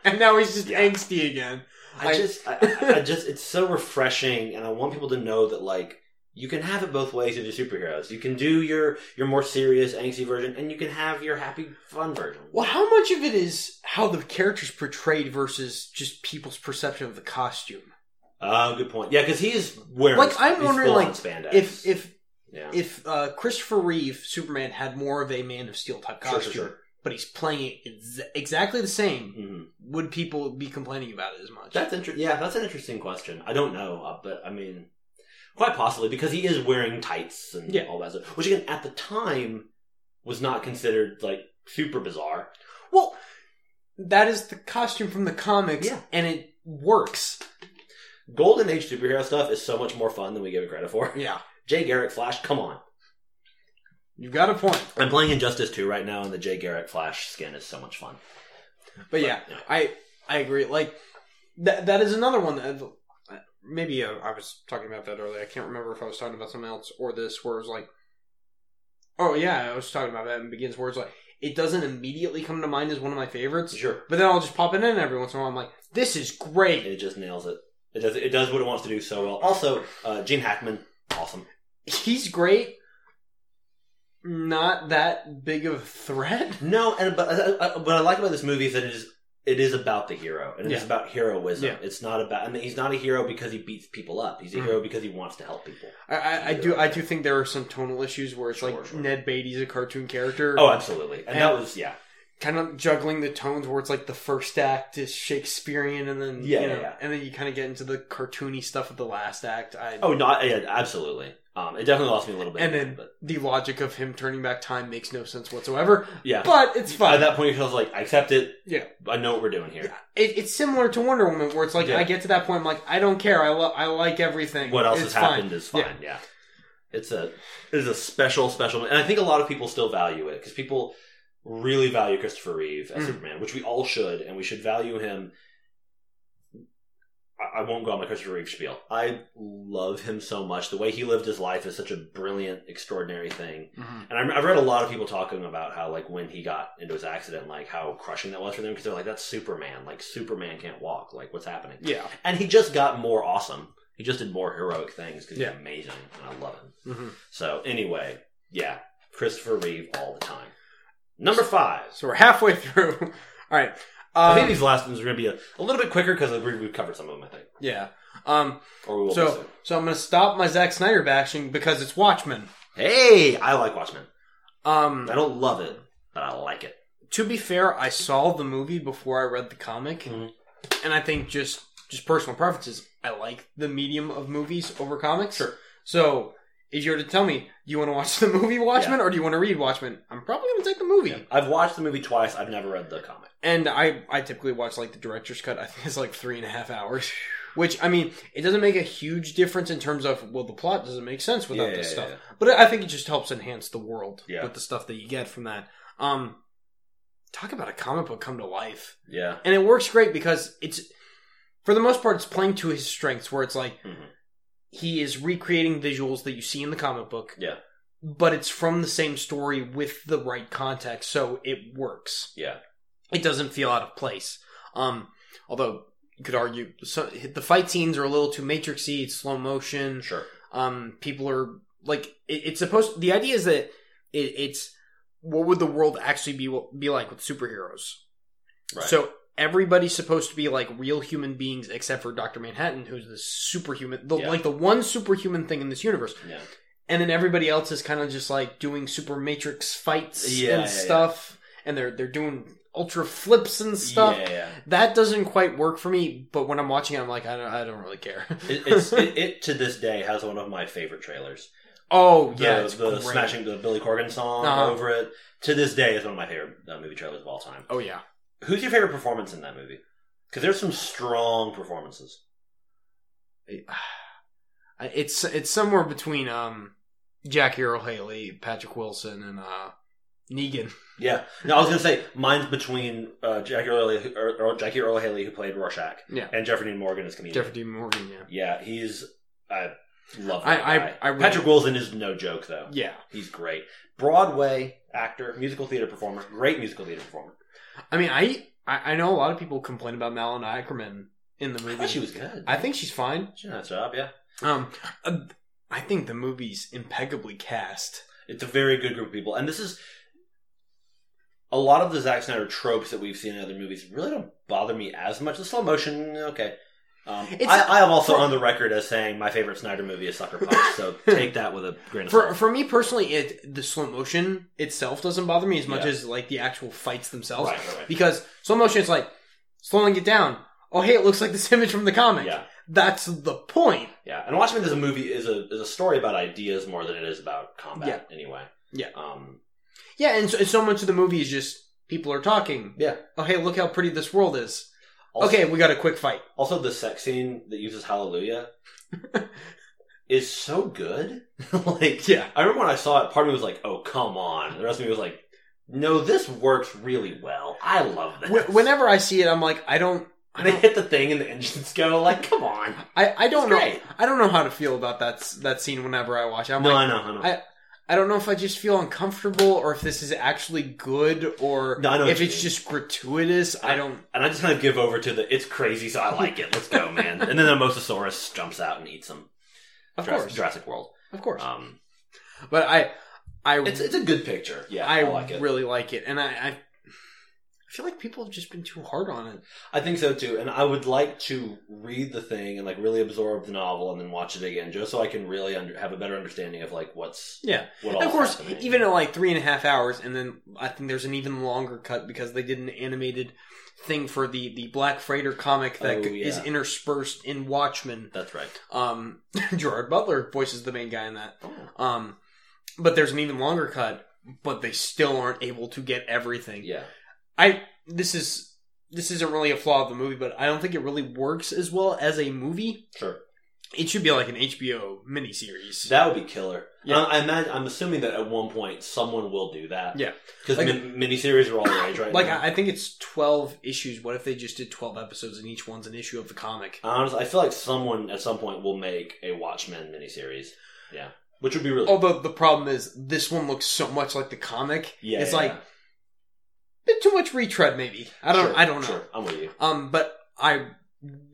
and now he's just Yeah. angsty again I just, I, I- I just, it's so refreshing, and I want people to know that like you can have it both ways with your superheroes. You can do your your more serious, angsty version, and you can have your happy, fun version. well how much of it is how the characters portrayed versus just people's perception of the costume Oh, good point. Yeah, because he's wearing Like, I'm he's wondering, full-on like, spandex. if if yeah. if uh, Christopher Reeve Superman had more of a Man of Steel type Sure, costume, sure, sure. but he's playing it ex- exactly the same, hmm would people be complaining about it as much? That's interesting. Yeah, that's an interesting question. I don't know, uh, but I mean, quite possibly because he is wearing tights and Yeah. all that stuff, which again at the time was not considered like super bizarre. well, that is the costume from the comics, Yeah. and it works. Golden Age superhero stuff is so much more fun than we give it credit for. Yeah, Jay Garrick Flash, come on! you got a point. I'm playing Injustice 2 right now, and the Jay Garrick Flash skin is so much fun. But Oh, yeah, I I agree. Like that that is another one that maybe uh, I was talking about that earlier. I can't remember if I was talking about something else or this, where it was like, oh yeah, I was talking about that and begins where it's like it doesn't immediately come to mind as one of my favorites, sure, but then I'll just pop it in every once in a while. I'm like, this is great. it just nails it. It does. It does what it wants to do so well. Also, uh, Gene Hackman, awesome. He's great. Not that big of a threat. No, and but I, I, what I like about this movie is that it is it is about the hero, and it's Yeah. about heroism. Yeah. It's not about. I mean, he's not a hero because he beats people up. He's a Mhm. hero because he wants to help people. I, I, I do I do think there are some tonal issues where it's Sure, like sure. Ned Beatty's a cartoon character. Oh, absolutely. And, And- that was yeah, kind of juggling the tones where it's like the first act is Shakespearean and then Yeah, you know, yeah, yeah. and then you kind of get into the cartoony stuff of the last act. I Oh, not yeah, absolutely. Um, it definitely lost me a little bit. And then- but the logic of him turning back time makes no sense whatsoever, yeah, but it's at fine. that point, he feels like I accept it. Yeah. I know what we're doing here. it, it's similar to Wonder Woman where it's like Yeah. I get to that point I'm like I don't care. I lo- I like everything. What else has It's fine. happened is fine. Yeah. Yeah. It's a it is a special special, and I think a lot of people still value it because people really value Christopher Reeve as Mm. Superman, which we all should, and we should value him. I I won't go on my Christopher Reeve spiel. I love him so much. The way he lived his life is such a brilliant, extraordinary thing. Mhm. And I'm- I've read a lot of people talking about how, like, when he got into his accident, like how crushing that was for them because they're like, "That's Superman. Like, Superman can't walk. Like, what's happening?" Yeah. And he just got more awesome. He just did more heroic things because Yeah. he's amazing, and I love him. hmm So anyway, yeah, Christopher Reeve all the time. Number five. So we're halfway through. All right. I Um, think these last ones are going to be a, a little bit quicker because we've covered some of them, I think, yeah. Um or we will. be so soon. so I'm going to stop my Zack Snyder bashing because it's Watchmen. hey, I like Watchmen. Um I don't love it, but I like it. to be fair, I saw the movie before I read the comic, Mhm. and I think just just personal preferences. I like the medium of movies over comics. Sure. So if you were to tell me, do you want to watch the movie Watchmen or do you want to read Watchmen? I'm probably going to take the movie. I've watched the movie twice. I've never read the comic. And I I typically watch like the director's cut. I think it's like three and a half hours. Which I mean, it doesn't make a huge difference in terms of well, the plot doesn't make sense without this stuff. But I think it just helps enhance the world Yeah. with the stuff that you get from that. Um, talk about a comic book come to life Yeah. and it works great because it's for the most part, it's playing to his strengths, where it's like Mhm. he is recreating visuals that you see in the comic book. Yeah. But it's from the same story with the right context, so it works. Yeah. It doesn't feel out of place. Um, although you could argue so, the fight scenes are a little too matrixy, it's slow motion Sure. um people are like it, it's supposed the idea is that it, it's what would the world actually be be like with superheroes Right. so everybody's supposed to be like real human beings except for dr manhattan who's this superhuman the, Yeah. like the one superhuman thing in this universe yeah. and then everybody else is kind of just like doing super matrix fights Yeah, and yeah, yeah. stuff and they're they're doing ultra flips and stuff Yeah, yeah. that doesn't quite work for me but when i'm watching it i'm like i don't, I don't really care It, it's, it, it to this day has one of my favorite trailers. oh The, yeah it's the great. smashing the Billy Corgan song Uh-huh. over it. To this day is one of my favorite uh, movie trailers of all time. oh yeah Who's your favorite performance in that movie? Because there's some strong performances. I- it's it's somewhere between um Jackie Earl Haley, Patrick Wilson, and uh Negan. Yeah. No, I was gonna say mine's between uh, Jackie Earl Haley, or, or Jackie Earl Haley, who played Rorschach, Yeah. and Jeffrey Dean Morgan as comedian. Jeffrey Dean Morgan, yeah. Yeah, he's I love I- that I- guy. I really- Patrick Wilson is no joke though. Yeah. He's great. Broadway actor, musical theater performer, great musical theater performer. I mean I I I know a lot of people complain about Malin Ackerman in the I movie. thought she was good. I think she's fine. she did a nice job. Yeah, Um uh, I think the movie's impeccably cast. it's a very good group of people, and this is a lot of the Zack Snyder tropes that we've seen in other movies really don't bother me as much. The slow motion, okay. Um, It's- I, I am also for- Hmm. on the record as saying my favorite Snyder movie is Sucker Punch, so take that with a grain of For salt. for me personally, it the slow motion itself doesn't bother me as much Yeah. as like the actual fights themselves. Right, right, right. Because slow motion is like slowing it down. Oh hey, it looks like this image from the comic. Yeah, That's the point. yeah. And Watchmen is a movie is a is a story about ideas more than it is about combat. Anyway. Yeah. Um, Yeah, and so, and so much of the movie is just people are talking. Yeah. Oh, hey, look how pretty this world is. also- okay, we got a quick fight. Also, the sex scene that uses Hallelujah is so good. like, Yeah. I remember when I saw it, part of me was like, oh, come on. And the rest of me was like, no, this works really well. I love this. Wh- whenever I see it, I'm like, I don't, And I they don't, hit the thing and the engines go, like, come on. I, I It's don't know, great. I don't know how to feel about that s- that scene. Whenever I watch, it. I'm no, I like, know, I know. I- I don't know if I just feel uncomfortable or if this is actually good or No, I know what if you it's mean. just gratuitous. I don't. and I just kind of give over to the, it's crazy, so I like it. Let's go, man. and then the Mosasaurus jumps out and eats him. Of Jurassic, course, Jurassic World. of course. Um, but I, I, it's, it's a good picture. Yeah, I, I, like it. really like it, and I, I, I feel like people have just been too hard on it. I think so too, and I would like to read the thing and like really absorb the novel and then watch it again, just so I can really under- have a better understanding of like what's Yeah. what And all. of course, even at like three and a half hours, and then I think there's an even longer cut because they did an animated thing for the the Black Freighter comic that Oh, is yeah. interspersed in Watchmen. that's right. Um, Gerard Butler voices the main guy in that. Oh, Um, but there's an even longer cut, but they still aren't able to get everything. Yeah, I this is this isn't really a flaw of the movie, but I don't think it really works as well as a movie. sure. It should be like an HBO miniseries. That would be killer. Yeah. Yeah, I, I imagine. I'm assuming that at one point someone will do that. Yeah. because Like- min- miniseries are all the rage right Like now. I I think it's twelve issues. What if they just did twelve episodes and each one's an issue of the comic? Honestly, I feel like someone at some point will make a Watchmen miniseries. Yeah, which would be really. Although the problem is this one looks so much like the comic. yeah, it's yeah, like yeah. bit too much retread, maybe. I don't. Sure, I don't know. Sure, I'm with you. Um, but I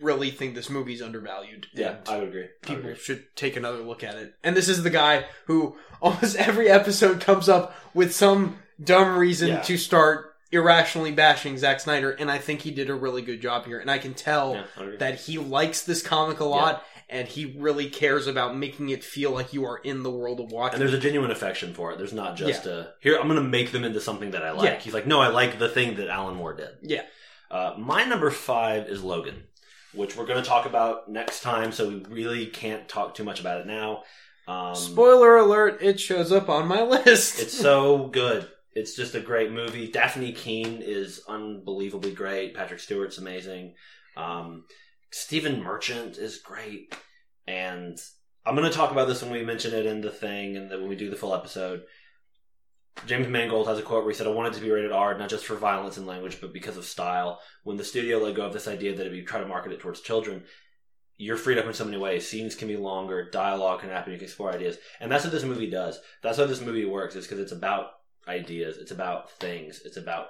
really think this movie's undervalued. Yeah, And I would agree. I would people agree. should take another look at it. And this is the guy who almost every episode comes up with some dumb reason Yeah. to start irrationally bashing Zack Snyder, and I think he did a really good job here. And I can tell. Yeah, I would agree. that he likes this comic a lot and he really cares about making it feel like you are in the world of And Watchmen. there's a genuine affection for it. There's not just a here. I'm going to make them into something that I like. Yeah. He's like, no, I like the thing that Alan Moore did. Yeah. Uh, my number five is Logan, which we're going to talk about next time. So we really can't talk too much about it now. Um, Spoiler alert, it shows up on my list. It's so good. It's just a great movie. Daphne Keene is unbelievably great. Patrick Stewart's amazing. Um, Stephen Merchant is great. And I'm going to talk about this when we mention it in the thing and then when we do the full episode. James Mangold has a quote where he said, I wanted to be rated R, not just for violence and language, but because of style. When the studio let go of this idea that if you try to market it towards children, you're freed up in so many ways. Scenes can be longer, dialogue can happen, you can explore ideas. And that's what this movie does. That's how this movie works, is because it's about ideas, it's about things, it's about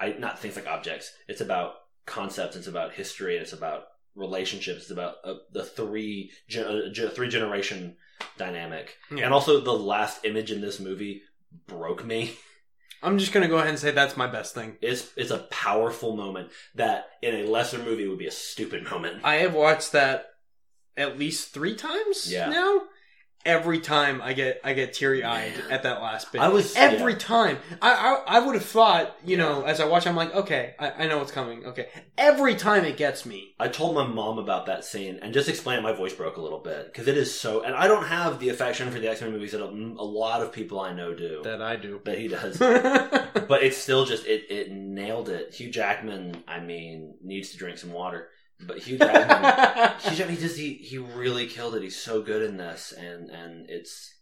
I, not things like objects, it's about concepts, it's about history, and it's about relationships, it's about uh, the three, gen, uh, ge- three generation dynamic. Yeah. And also, the last image in this movie broke me. I'm just gonna go ahead and say that's my best thing. It's it's a powerful moment that in a lesser movie would be a stupid moment. I have watched that at least three times Yeah. now. Every time I get I get teary eyed Man. at that last bit. I was Every yeah. time, I I, I would have thought, you know, as I watch, I'm like, okay, I, I know what's coming. Okay, every time it gets me. I told my mom about that scene and just explained my voice broke a little bit because it is so. And I don't have the affection for the X Men movies that a, a lot of people I know do, That I do. but he does. yeah, but it's still just it it nailed it. Hugh Jackman, I mean, needs to drink some water. But Hugh Jackman, Hugh Jackman he just he, he really killed it. He's so good in this, and and it's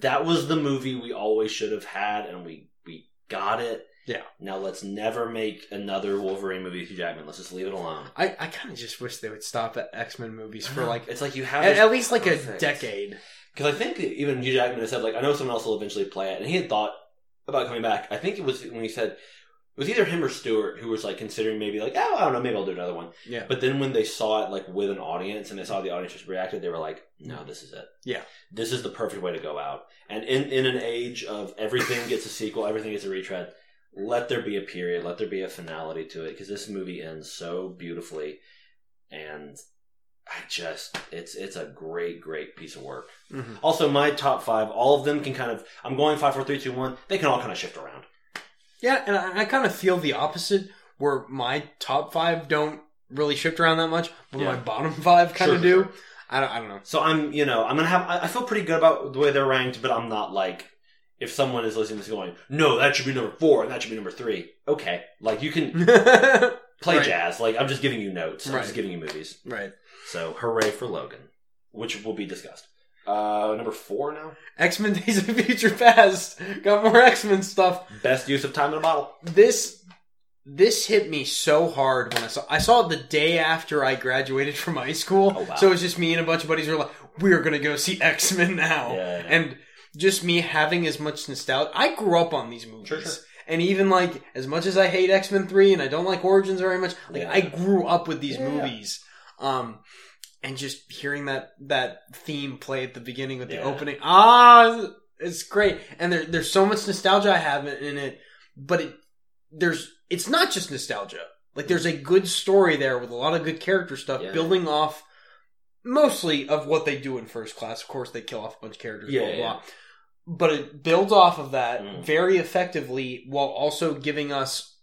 that was the movie we always should have had, and we we got it. Yeah. Now let's never make another Wolverine movie with Hugh Jackman. Let's just leave it alone. I, I kind of just wish they would stop at X Men movies for like it's like you at, have at least like a perfect. decade. because I think even Hugh Jackman has said like I know someone else will eventually play it, and he had thought about coming back. I think it was when he said. It was either him or Stewart who was like considering maybe like oh I don't know maybe I'll do another one Yeah, But then when they saw it like with an audience and they saw the audience just reacted, they were like, "No, this is it. Yeah. this is the perfect way to go out." And in in an age of everything gets a sequel, everything gets a retread, let there be a period, let there be a finality to it, because this movie ends so beautifully, and I just it's it's a great great piece of work. Mhm. Also, my top five, all of them can kind of I'm going five, four, three, two, one. They can all kind of shift around. yeah, and I, I kind of feel the opposite where my top five don't really shift around that much, but my Yeah. bottom five kind of Sure. do. I don't, I don't know. So I'm, you know, I'm gonna have. I I feel pretty good about the way they're ranked, but I'm not like if someone is listening to this going, no, that should be number four and that should be number three. Okay, like you can play Right. jazz. Like I'm just giving you notes. I'm Right. just giving you movies. right. So hooray for Logan, which will be discussed. Uh, number four now. X Men Days of Future Past got more X Men stuff. Best use of time in a bottle. This this hit me so hard when I saw I saw it the day after I graduated from high school. Oh, wow. So it was just me and a bunch of buddies who were like, we're gonna go see X Men now. Yeah, yeah. And just me having as much nostalgia. I grew up on these movies. Sure, sure. And even like as much as I hate X Men three and I don't like Origins very much, like Yeah. I grew up with these Yeah. movies. Um and just hearing that that theme play at the beginning with the Yeah. opening, ah, it's great. And there, there's so much nostalgia I have in, in it, but it there's it's not just nostalgia. Like there's a good story there with a lot of good character stuff Yeah. building off mostly of what they do in first class. Of course, they kill off a bunch of characters, Yeah, blah, blah, yeah. blah. But it builds off of that Mm. very effectively while also giving us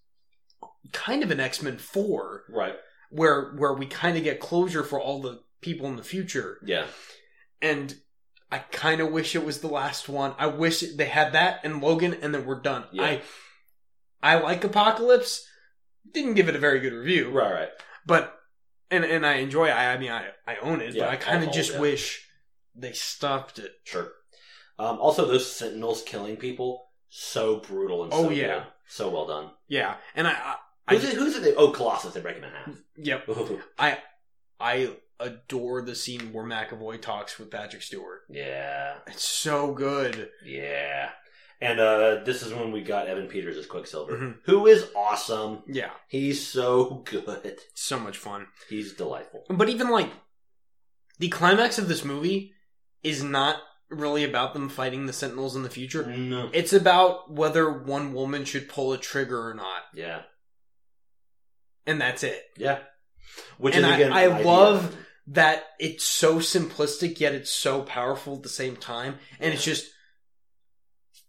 kind of an X Men 4 Right. where where we kind of get closure for all the people in the future. Yeah. And I kind of wish it was the last one. I wish they had that and Logan and then we're done. Yeah. I I like Apocalypse. Didn't give it a very good review Right. Right. but and and I enjoy. I I mean I I own it, Yeah, but I kind I'll of just hold it. wish they stopped it. Sure. Um, also, those Sentinels killing people so brutal and so Oh, yeah. good. so well done. Yeah, and I, I I Who's, it, who's it? They, oh, Colossus. They break him in half. yep Ooh. I adore the scene where McAvoy talks with Patrick Stewart. Yeah, It's so good. yeah. And uh, this is when we got Evan Peters as Quicksilver, Mhm. who is awesome. Yeah, He's so good. it's so much fun. He's delightful. But even like the climax of this movie is not really about them fighting the Sentinels in the future. No. It's about whether one woman should pull a trigger or not, Yeah, and that's it. yeah. Which And is I- again, I an idea. love- that it's so simplistic yet it's so powerful at the same time and it's just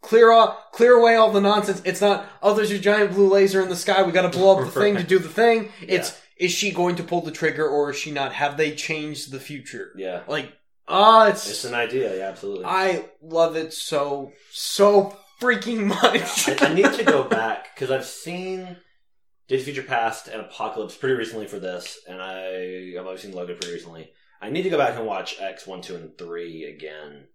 clear off clear away all the nonsense it's not oh there's your giant blue laser in the sky we gotta blow up the thing to do the thing it's is she going to pull the trigger or is she not have they changed the future Yeah, like ah it's, it's an idea. Yeah, absolutely. i love it so so freaking Yeah, much I, I need to go back because I've seen Days of Future Past and Apocalypse pretty recently for this, and I I've obviously seen Logan pretty recently. I need to go back and watch X one, two, and three again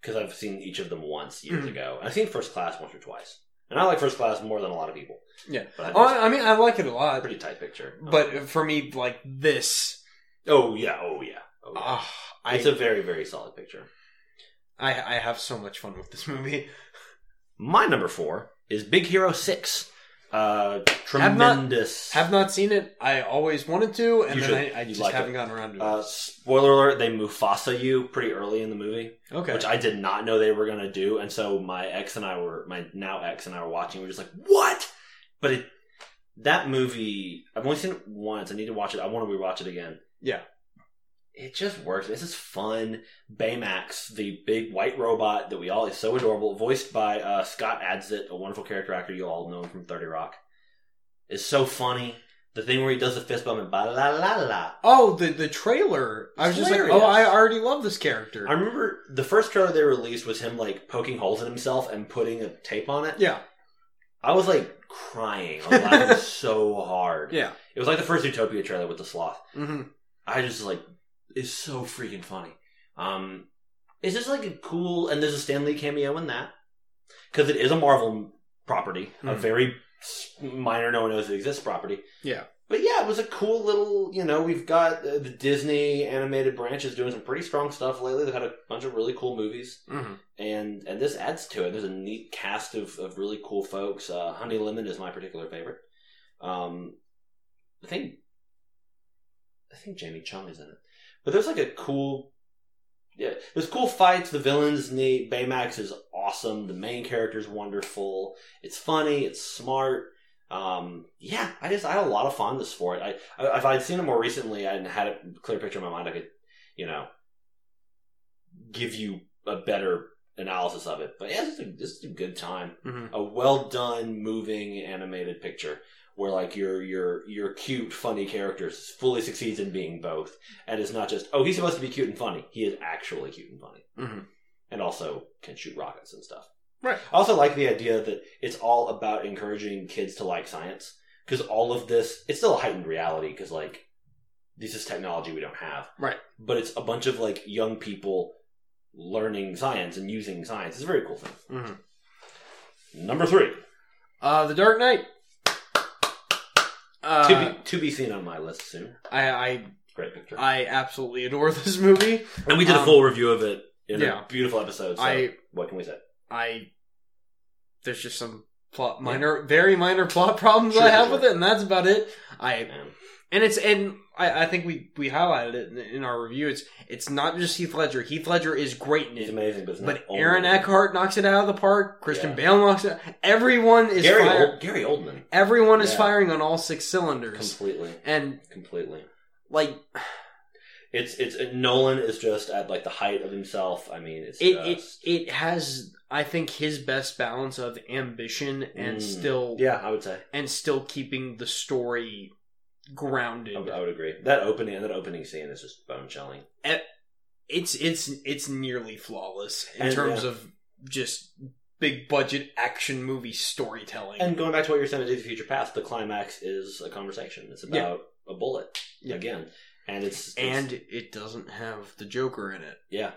because I've seen each of them once years Mhm. ago. I've seen First Class once or twice, and I like First Class more than a lot of people. Yeah. but I think Oh, it's I I mean, I like it a a lot, pretty tight picture. but for me, like this, oh yeah, oh yeah, oh, yeah. ah, I it's a very very solid picture. I I have so much fun with this movie. My number four is Big Hero Six. Uh, Have not- tremendous. Have not seen it. I always wanted to, and You then should. I, I You'd just like haven't gotten around to it. uh, spoiler alert: They Mufasa you pretty early in the movie, okay. which I did not know they were gonna do, and so my ex and I were my now ex and I were watching. We were just like, "What?" But it that movie, I've only seen it once. I need to watch it. I want to rewatch it again. Yeah. it just works. This is fun. Baymax, the big white robot that we all is so adorable, voiced by uh, Scott Adsit, a wonderful character actor you all know from Thirty Rock, is so funny. The thing where he does the fist bump and ba la la la. oh, the the trailer. I was It's just like, oh, I hilarious. already love this character. I remember the first trailer they released was him like poking holes in himself and putting a tape on it. yeah, I was like crying, I was laughing so hard. yeah. It was like the first Utopia trailer with the sloth. hmm I just like it's so freaking funny. Um, it's just like a cool, and there's a Stan Lee cameo in that because it is a Marvel property, a Mhm. very s- minor, no one knows it exists property. Yeah. But yeah, it was a cool little, you know, we've got uh, the Disney animated branch is doing some pretty strong stuff lately. They've had a bunch of really cool movies hmm and and this adds to it. There's a neat cast of, of really cool folks. Uh, Honey Lemon is my particular favorite. Um, I think I think Jamie Chung is in it, but there's like a cool yeah. There's cool fights. The villains neat. Baymax is awesome. The main character's wonderful. It's funny. It's smart. Um, yeah, I just I had a lot of fondness for it. I, I if I'd seen it more recently and had a clear picture in my mind, I could you know give you a better analysis of it. But yeah, this is a, this is a good time. hmm A well done, moving animated picture where like your your your cute, funny characters fully succeeds in being both, and it's not just oh he's supposed to be cute and funny. He is actually cute and funny, hmm and also can shoot rockets and stuff. Right. I also like the idea that it's all about encouraging kids to like science because all of this it's still a heightened reality because like this is technology we don't have. Right. But it's a bunch of like young people learning science and using science. It's a very cool thing. hmm Number three Uh, the Dark Knight. Uh, to be to be seen on my list soon. I, I Great picture. I absolutely adore this movie. and we did a um, full review of it in yeah. a beautiful episode. So I what can we say? I there's just some plot minor, very minor plot problems Sure, I have sure. with it, and that's about it. I Um, and it's and I, I think we we highlighted it in, in our review. It's it's not just Heath Ledger. Heath Ledger is great in it's it, amazing, but it's not but Aaron only- Eckhart knocks it out of the park. Christian Yeah. Bale knocks it. out. Everyone is Gary, fire- Old, Gary Oldman, everyone is Yeah. firing on all six cylinders, completely, and completely. like It's it's uh, Nolan is just at like the height of himself. I mean, it's it it just, it has I think his best balance of ambition and Mm. still yeah, I would say and still keeping the story grounded. I would, I would agree. That opening that opening scene is just bone chilling. It's it's it's nearly flawless in And, terms yeah. of just big budget action movie storytelling. And going back to what you were saying, to the future past, the climax is a conversation. It's about a bullet Yeah. again, and it's, it's And it doesn't have the Joker in it. yeah,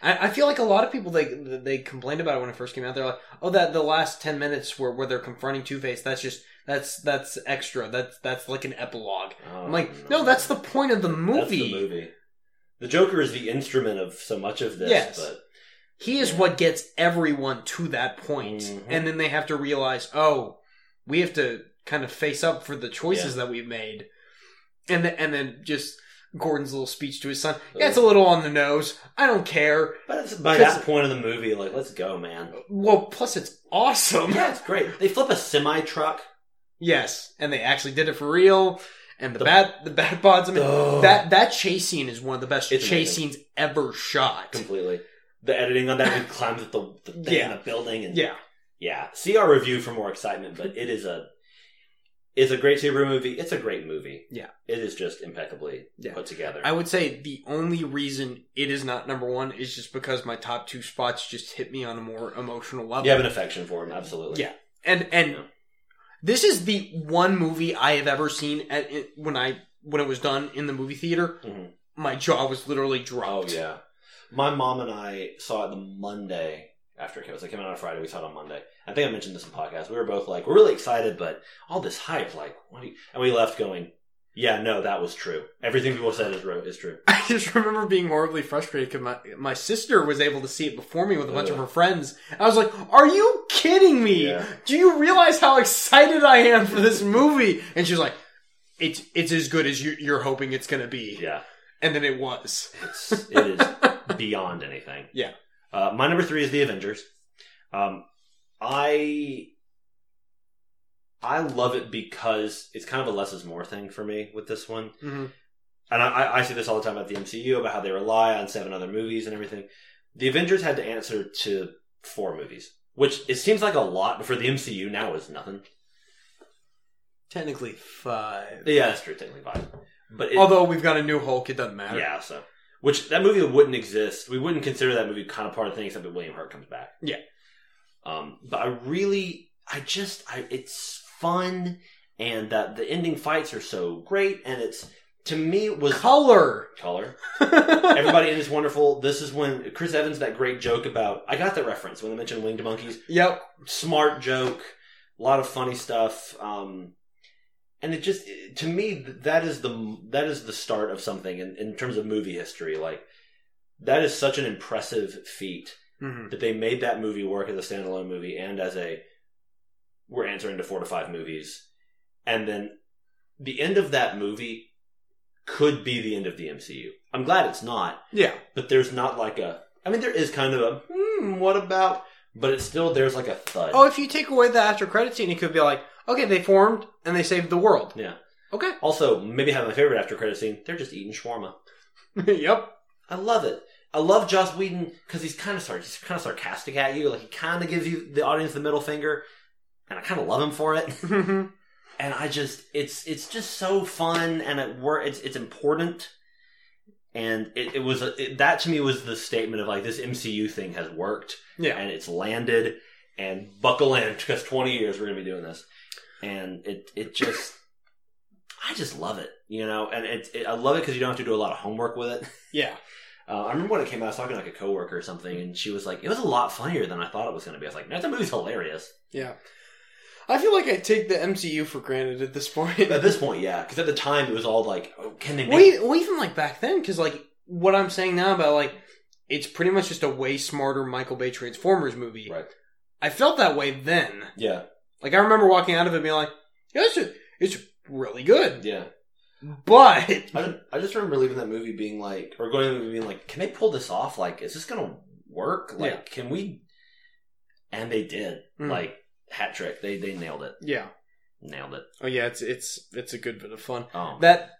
I, I feel like a lot of people they they complained about it when it first came out. They're like, "Oh, that the last ten minutes where where they're confronting Two Face, that's just that's that's extra. That's that's like an epilogue." I'm like, "No, that's the point of the movie. Um, That's the movie. The Joker is the instrument of so much of this, Yes. but He is Yeah. what gets everyone to that point, Mhm. and then they have to realize, oh, we have to kind of face up for the choices that we've made, and th- and then just Gordon's little speech to his son. Yeah, it's a little on the nose. I don't care. but it's by 'Cause- that point of the movie, like, let's go, man. Well, plus it's awesome. Yeah, it's great. They flip a semi truck. yes, and they actually did it for real. And the, The- bat, the bat pods. I mean, Ugh. that that chase scene is one of the best It's chase amazing. scenes ever shot. completely. The editing on that, he climbs up the, the thing Yeah. in the building, and Yeah, yeah. See our review for more excitement, but it is a is a great super movie. It's a great movie. Yeah. it is just impeccably Yeah. put together. I would say the only reason it is not number one is just because my top two spots just hit me on a more emotional level. you have an affection for him, absolutely. Yeah. and and Yeah. this is the one movie I have ever seen at it, when I when it was done in the movie theater. Mhm. My jaw was literally Oh dropped. yeah. My mom and I saw it the Monday after it came out. So it came out on Friday. We saw it on Monday. I think I mentioned this in podcast. We were both like, we're really excited, but all this hype, like, what? Do you... And we left going, yeah, no, that was true. Everything people said is ro- is true. I just remember being horribly frustrated because my, my sister was able to see it before me with a bunch of her friends. I was like, Are you kidding me? Yeah. Do you realize how excited I am for this movie? And she's like, It's it's as good as you, you're hoping it's going to be. Yeah, And then it was. it's it is beyond anything. Yeah. Uh, my number three is the Avengers. Um, I I love it because it's kind of a less is more thing for me with this one. Mhm. And I- I, I see this all the time about the MCU about how they rely on seven other movies and everything. The Avengers had to answer to four movies, which it seems like a lot, but for the MCU now is nothing. Technically five. Yeah, that's true. Technically five, but it, Although we've got a new Hulk, it doesn't matter. yeah, so which that movie wouldn't exist. We wouldn't consider that movie kind of part of the thing except that William Hurt comes back. Yeah. Um, but I really, I just, I it's fun, and that the ending fights are so great, and it's to me it was Color. color. Everybody in is wonderful. This is when Chris Evans that great joke about I got that reference when they mentioned winged monkeys. yep. Smart joke, a lot of funny stuff. Um, and it just to me that is the that is the start of something in, in terms of movie history. Like that is such an impressive feat Mhm. that they made that movie work as a standalone movie and as a we're answering to four to five movies and then the end of that movie could be the end of the mcu i'm glad it's not Yeah. but there's not like a i mean there is kind of a hmm what about but it's still there's like a thud Oh, if you take away the after credit scene, it could be like, okay, they formed and they saved the world. Yeah. Okay. also maybe have my favorite after credit scene they're just eating shawarma yep. i love it I love Joss Whedon because he's kind of sar- he's kind of sarcastic at you. Like he kind of gives you the audience the middle finger, and I kind of love him for it. Mhm. and I just it's it's just so fun and it wor- it's it's important and it, it was a, it, that to me was the statement of like this MCU thing has worked yeah. and it's landed and buckle in because 20 years we're gonna be doing this and it it just I just love it you know and it, it I love it because you don't have to do a lot of homework with it Yeah. uh, I remember when it came out I was talking to like a coworker or something and she was like it was a lot funnier than I thought it was gonna be I was like no the movie's hilarious Yeah. I feel like I take the MCU for granted at this point. at this point yeah because at the time it was all like oh, can they make well, e- well, even like back then, because like what I'm saying now about like it's pretty much just a way smarter Michael Bay Transformers movie. Right. I felt that way then. yeah Like I remember walking out of it being like, yeah, it's, it's really good, yeah but I just, I just remember leaving that movie being like, or going to the movie being like, can they pull this off? Like, is this gonna work? Like, Yeah. can we? And they did. Mm. Like, hat trick. They they nailed it. yeah, Nailed it. oh yeah, it's it's it's a good bit of fun. Um, That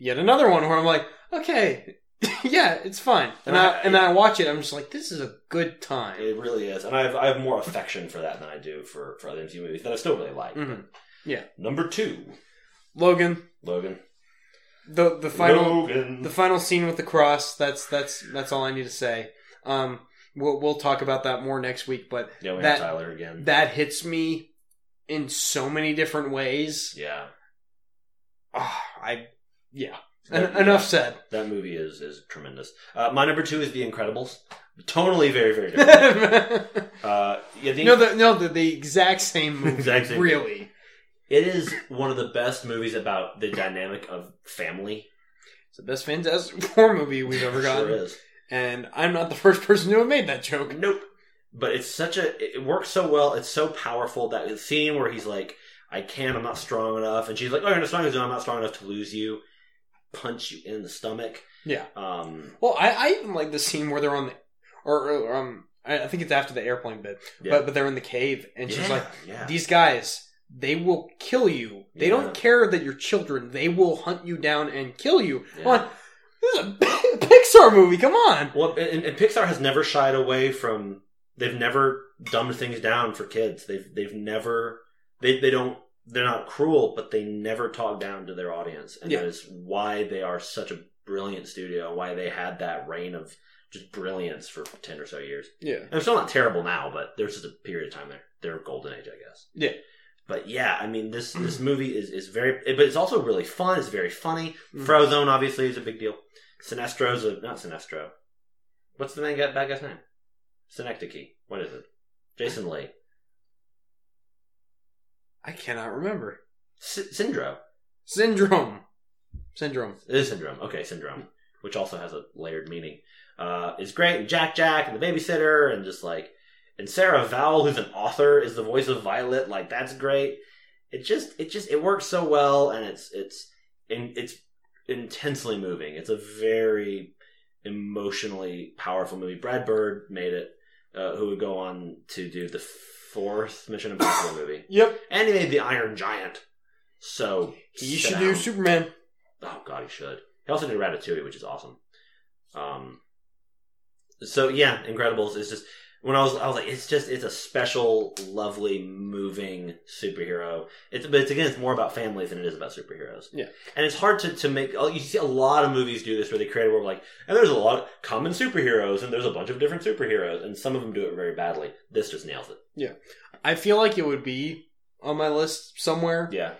yet another one where I'm like, okay, yeah, it's fine, and I and I watch it, I'm just like, this is a good time. it really is, and I have I have more affection for that than I do for for other MCU movies that I still really like. hmm Number two, Logan, Logan. the the final. Logan. the final scene with the cross that's that's that's all i need to say um we'll, we'll talk about that more next week but yeah, we that- have Tyler again. that hits me in so many different ways yeah, Ah, i yeah En- That- enough said That movie is is tremendous. Uh, my number two is The Incredibles. Totally, very, very no different. the uh, yeah, the no the, the exact same movie Exact same really It is one of the best movies about the dynamic of family. it's the best fantastic four movie we've ever gotten Sure is. and i'm not the first person to have made that joke Nope. But it's such a it it works so well. It's so powerful that scene where he's like, "I can't. I'm not strong enough," and she's like, "Oh, you're not strong enough. I'm not strong enough to lose you." Punch you in the stomach. Yeah. Um. well i, I even like the scene where they're on the or, or um I I think it's after the airplane bit, Yeah. but but they're in the cave, and she's yeah, like, "Yeah." These guys, they will kill you. They Yeah. don't care that you're children. They will hunt you down and kill you. Yeah. Come on. This is a Pixar movie. Come on. Well, and, and Pixar has never shied away from. They've never dumbed things down for kids. They've they've never they they don't they're not cruel, but they never talk down to their audience, and Yeah. that is why they are such a brilliant studio. Why they had that reign of just brilliance for ten or so years. Yeah. And they're still not terrible now, but there's just a period of time there. Their golden age, I guess. Yeah. But yeah, I mean this this movie is is very, but it's also really fun. It's very funny. Mhm. Frozone obviously is a big deal. Sinestro's a not Sinestro. What's the main guy, bad guy's name? Synecdoche. What is it? Jason Lee. I cannot remember. S- Syndrome. Syndrome. Syndrome. It is Syndrome. Okay, Syndrome. Which also has a layered meaning. Uh, is great. And Jack Jack and the babysitter and just like. And Sarah Vowell, who's an author, is the voice of Violet. Like, that's great. It just, it just, it works so well and it's, it's, in, it's intensely moving. It's a very emotionally powerful movie. Brad Bird made it, uh, who would go on to do the fourth Mission Impossible movie. Yep. And he made The Iron Giant. So He sit should down. do Superman. Oh god, he should. He also did Ratatouille, which is awesome. Um, so yeah, Incredibles is just when I was I was like, it's just it's a special, lovely, moving superhero. It's but it's again, it's more about families than it is about superheroes. Yeah. and it's hard to to make. oh, You see a lot of movies do this where they create a world like, and there's a lot of common superheroes, and there's a bunch of different superheroes, and some of them do it very badly. This just nails it. I feel like it would be on my list somewhere, Yeah,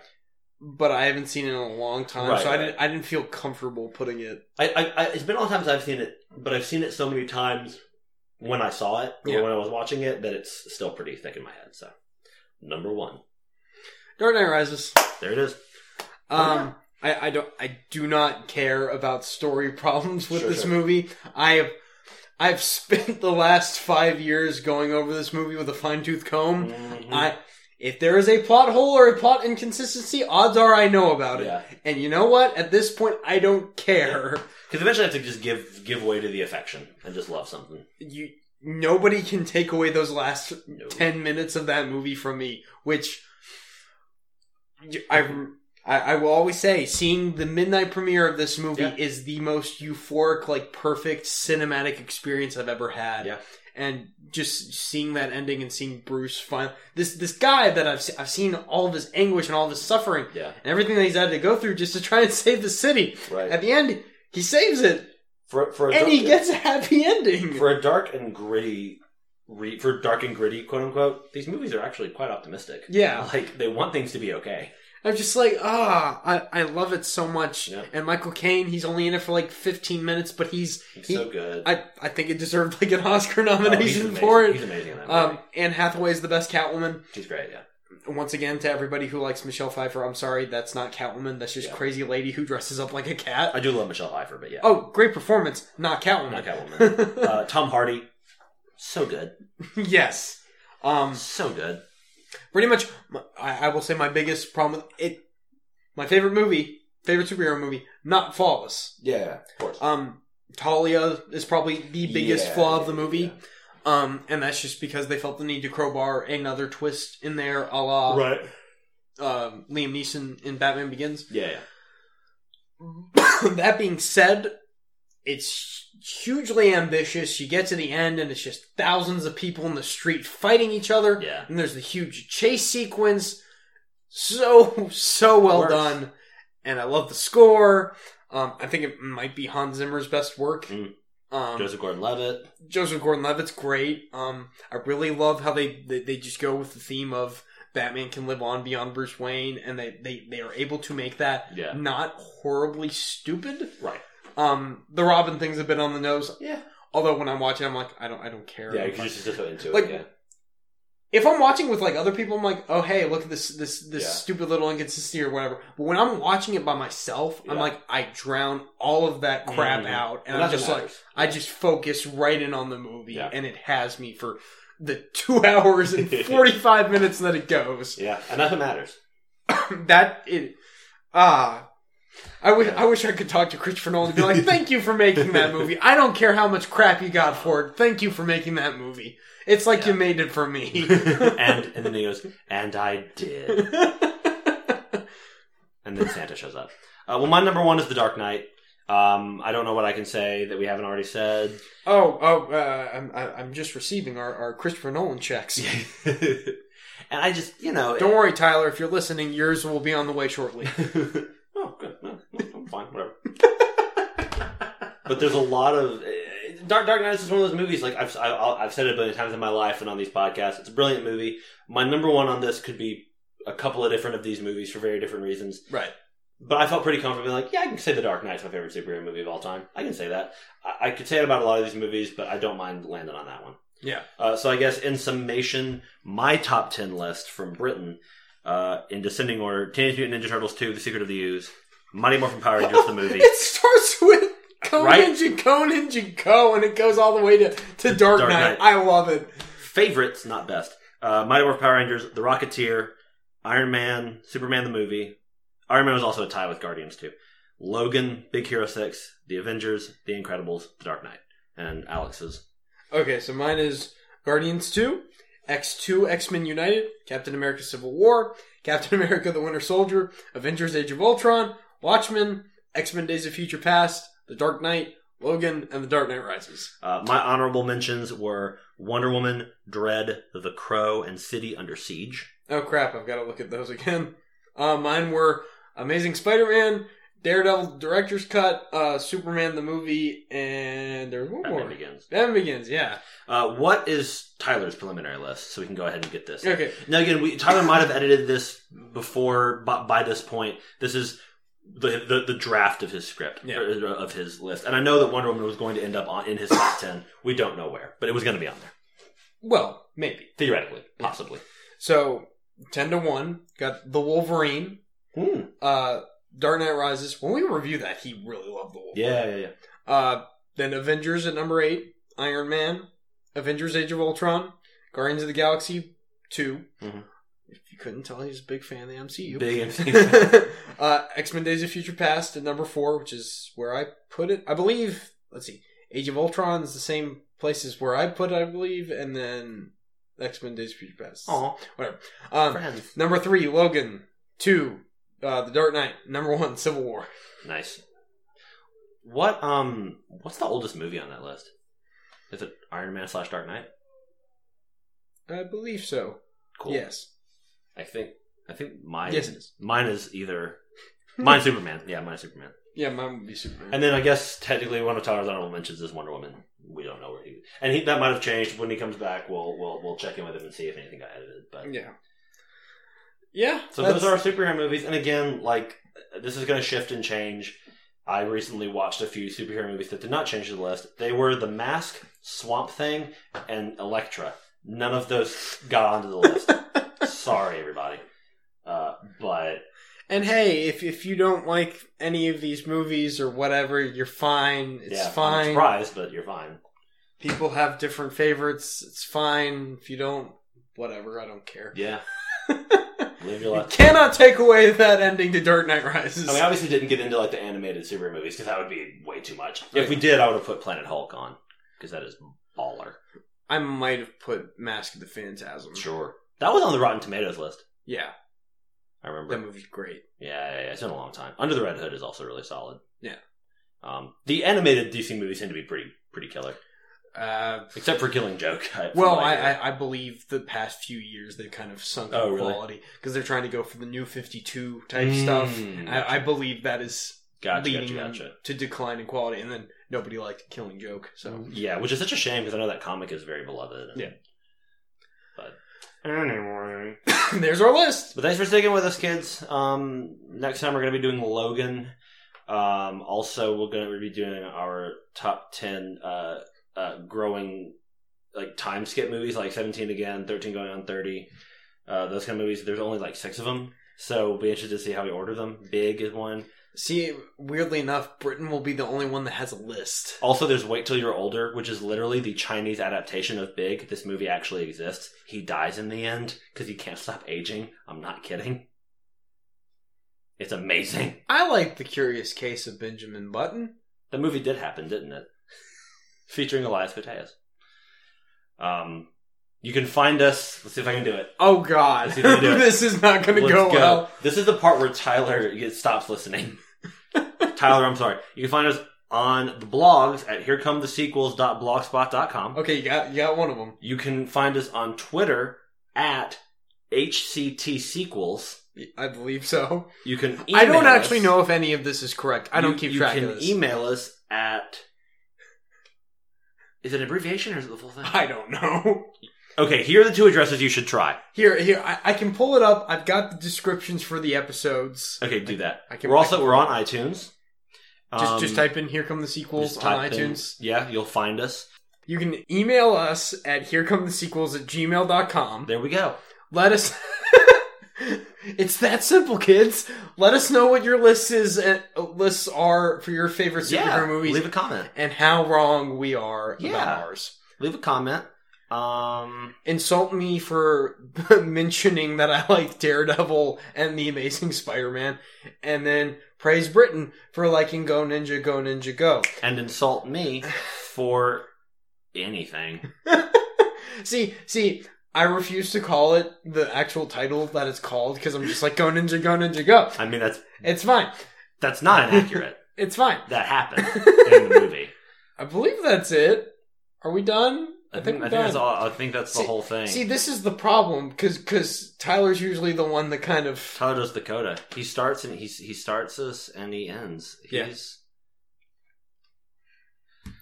but I haven't seen it in a long time, Right, so I right. didn't. I didn't feel comfortable putting it. I, I, I it's been a long time since I've seen it, but I've seen it so many times when I saw it or Yeah. when I was watching it that it's still pretty thick in my head. So number one, Dark Knight Rises. there it is. Um, I, I don't. I do not care about story problems with Sure, this sure. movie. I have. I've spent the last five years going over this movie with a fine tooth Um, comb. Mm-hmm. I, if there is a plot hole or a plot inconsistency, odds are I know about it. yeah, And you know what? At this point, I don't care. because eventually I have to just give give way to the affection and just love something. You nobody can take away those last No. ten minutes of that movie from me, which you- I. I, I will always say, seeing the midnight premiere of this movie Yeah. is the most euphoric, like perfect cinematic experience I've ever had. Yeah. And just seeing that ending and seeing Bruce finally this this guy that I've se- I've seen all of his anguish and all of his suffering Yeah, and everything that he's had to go through just to try and save the city. right. At the end, he saves it, For for a and he dark- gets a happy ending. for a dark and gritty. Re, for dark and gritty, quote unquote, these movies are actually quite optimistic. Yeah, Like they want things to be okay. I'm just like, ah, I, I love it so much. Yeah. And Michael Caine, he's only in it for like 15 minutes, but he's, It's He- so good. I, I think it deserved like an Oscar Oh, he's nomination amazing. for He's it. amazing in that movie. Um, Anne Hathaway is the best Catwoman. He's great. Yeah. Once again, to everybody who likes Michelle Pfeiffer, I'm sorry, that's not Catwoman. That's just Yeah. crazy lady who dresses up like a cat. I do love Michelle Pfeiffer, but yeah. Oh, great performance, not Not Catwoman. Catwoman. uh, Tom Hardy, so good, yes. Um, so good. pretty much my- I, I will say my biggest problem with it my favorite movie favorite superhero movie not flawless Yeah, of course. um talia is probably the biggest Yeah, flaw of the yeah, movie yeah. um and that's just because they felt the need to crowbar another twist in there a la right. um, liam neeson in batman begins Yeah, yeah. that being said, it's hugely ambitious. You get to the end, and it's just thousands of people in the street fighting each other. Yeah. And there's the huge chase sequence. So, so well course. done. And I love the score. Um, I think it might be Hans Zimmer's best work. Mm. Um, Joseph Gordon-Levitt. Joseph Gordon-Levitt's great. Um, I really love how they, they they just go with the theme of Batman can live on beyond Bruce Wayne, and they they, they are able to make that Yeah, not horribly stupid. right. Um, the Robin thing's a bit on the nose. Yeah, Although when I'm watching, I'm like, I don't, I don't care. yeah. You just just so into Like- it. Yeah, if I'm watching with like other people, I'm like, oh hey, look at this, this, this Yeah. stupid little inconsistency or whatever. But when I'm watching it by myself, I'm Yeah. like, I drown all of that crap Mhm. out, and Nothing I'm just like, matters. I just focus right in on the movie, Yeah. and it has me for the two hours and forty five minutes that it goes. yeah, and nothing matters. that it ah I wish, Yeah. I wish I could talk to Christopher Nolan and be like, thank you for making that movie. I don't care how much crap you got for it. Thank you for making that movie. It's like you Yeah. made it for me. and and then he goes, and I did. And then Santa shows up. Uh, well, my number one is The Dark Knight. Um, I don't know what I can say that we haven't already said. oh, oh, uh, I'm, I- I'm just receiving our, our Christopher Nolan checks. and I just, you know, Don't worry, Tyler. If you're listening, yours will be on the way shortly. oh, good. No, no, I'm fine. Whatever. but there's a lot of eh, Dark Dark Knight is just one of those movies. Like I've I, I'll- I've said it a billion times in my life and on these podcasts. It's a brilliant movie. My number one on this could be a couple of different of these movies for very different reasons. Right. But I felt pretty comfortable being like, yeah, I can say The Dark Knight's my favorite superhero movie of all time. I can say that. I, I could say it about a lot of these movies, but I don't mind landing on that one. Yeah. Uh, so I guess in summation, my top 10 list from Britain uh, in descending order Teenage Mutant Ninja Turtles 2, The Secret of the Ooze, Mighty Morphin Power Rangers, the movie. It starts with Conan Right? Jinko, Conan Jinko, and it goes all the way to, to Dark, Dark Knight. Knight. I love it. favorites, not best. Uh, Mighty Morphin Power Rangers, The Rocketeer, Iron Man, Superman the movie. Iron Man was also a tie with Guardians too. Logan, Big Hero Six, The Avengers, The Incredibles, The Dark Knight, and Alex's. Okay, so mine is Guardians 2, X2, X Men United, Captain America Civil War, Captain America the Winter Soldier, Avengers Age of Ultron, Watchmen, X Men Days of Future Past, The Dark Knight, Logan, and The Dark Knight Rises. Uh, my honorable mentions were Wonder Woman, Dread, The Crow, and City Under Siege. Oh crap, I've got to look at those again. Uh, mine were Amazing Spider Man, Daredevil Director's Cut, uh, Superman the Movie, and there's one Batman more. Begins. Batman Begins, yeah. Uh, what is Tyler's preliminary list? So we can go ahead and get this. Okay. Now again, we, Tyler might have edited this before by, by this point. This is the, the the draft of his script Yeah. or, uh, of his list, and I know that Wonder Woman was going to end up on in his top ten. We don't know where, but it was going to be on there Well, maybe. theoretically, possibly. So, 10 to 1, got The Wolverine, Hmm. uh, Dark Knight Rises. When we review that, he really loved The Wolverine. Yeah, yeah, yeah. Uh, then Avengers at number 8, Iron Man, Avengers Age of Ultron, Guardians of the Galaxy 2. Mhm. If you couldn't tell, he's a big fan of the MCU. Big MC. uh, X Men Days of Future Past at number four, which is where I put it. I believe, let's see, Age of Ultron is the same place as where I put it, I believe, and then X Men Days of Future Past. Aw, Um, friends. number three, Logan. Two, uh, The Dark Knight. Number one, Civil War. Nice. What um? What's the oldest movie on that list? Is it Iron Man slash Dark Knight? I believe so. Cool. Yes. I think I think mine. Yes, it is. Mine is either mine Superman. Yeah, mine Superman. Yeah, mine would be Superman. And then I guess technically one of Tyler's honorable mentions is Wonder Woman. We don't know where he and he, that might have changed when he comes back. We'll we'll we'll check in with him and see if anything got edited. But yeah. Yeah. so that's- those are our superhero movies. And again, like this is going to shift and change. I recently watched a few superhero movies that did not change the list. They were The Mask, Swamp Thing, and Elektra. None of those got onto the list. Sorry, everybody. Uh, but And hey, if, if you don't like any of these movies or whatever, you're fine. It's yeah, I'm fine. surprised, but you're fine. people have different favorites. It's fine if you don't. Whatever, I don't care. Yeah, you live your life. cannot take away that ending to Dark Knight Rises. I mean, I obviously didn't get into like the animated superhero movies because that would be way too much. Right. If we did, I would have put Planet Hulk on because that is baller. I might have put Mask of the Phantasm. Sure, that was on the Rotten Tomatoes list. Yeah, I remember. that movie's great. Yeah, yeah, yeah, it's been a long time. Under the Red Hood is also really solid. Yeah. Um, the animated DC movies tend to be pretty pretty killer, Uh, except for Killing Joke. I, from well, what I, hear. I, I believe the past few years they've kind of sunk in Oh, really? quality because they're trying to go for the new 52 type Mm, stuff. I, I believe that is gotcha, leading gotcha, them gotcha. to decline in quality, and then nobody liked Killing Joke. So, Yeah, which is such a shame because I know that comic is very beloved. Mm. Yeah. But anyway. there's our list. But thanks for sticking with us, kids. Um, next time we're going to be doing Logan. Um, also, we're going to be doing our top ten uh, uh, growing like time skip movies, like Seventeen Again, Thirteen Going on Thirty. Uh, those kind of movies. There's only like six of them, so we'll be interested to see how we order them. Big is one. See, weirdly enough, Britain will be the only one that has a list. Also, there's Wait Till You're Older, which is literally the Chinese adaptation of Big. This movie actually exists. He dies in the end because he can't stop aging. I'm not kidding. It's amazing. I like the curious case of Benjamin Button. The movie did happen, didn't it? Featuring Elias Koteas. Um, you can find us. Let's see if I can do it. Oh God, Let's see if we do it. this is not going to Let's go, well. This is the part where Tyler gets, stops listening. Tyler, I'm sorry. You can find us on the blogs at herecomethesequels.blogspot.com. Okay, you got you got one of them. You can find us on Twitter at HCT Sequels. I believe so. You can email I don't actually us. know if any of this is correct. I You- don't keep track You of can this. email us at. Is it an abbreviation or is it the full thing? I don't know. Okay, here are the two addresses you should try. Here, here, I, I can pull it up. I've got the descriptions for the episodes. Okay, do that. I can- we're I also we're on iTunes. Just, Um, just type in "Here Come the Sequels" just on type in- iTunes. yeah, you'll find us. You can email us at here come the sequels at gmail.com. There we go. Let us. it's that simple, kids. Let us know what your lists is and lists are for your favorite superhero yeah, movies leave a comment. and how wrong we are about Yeah. ours. Leave a comment. Um, Insult me for mentioning that I like Daredevil and the Amazing Spider-Man, and then praise Britain for liking Go Ninja, Go Ninja, Go. and insult me for anything. see, see, I refuse to call it the actual title that it's called because I'm just like go ninja, go ninja, go. I mean, that's It's fine. that's not inaccurate. It's fine. that happened in the movie. I believe that's it. Are we done? I think, Mm-hmm. I think that's all. I think that's the See- whole thing. See, this is the problem because because Tyler's usually the one that kind of Tyler does Dakota. He starts and he he starts us and he ends. Yeah. He's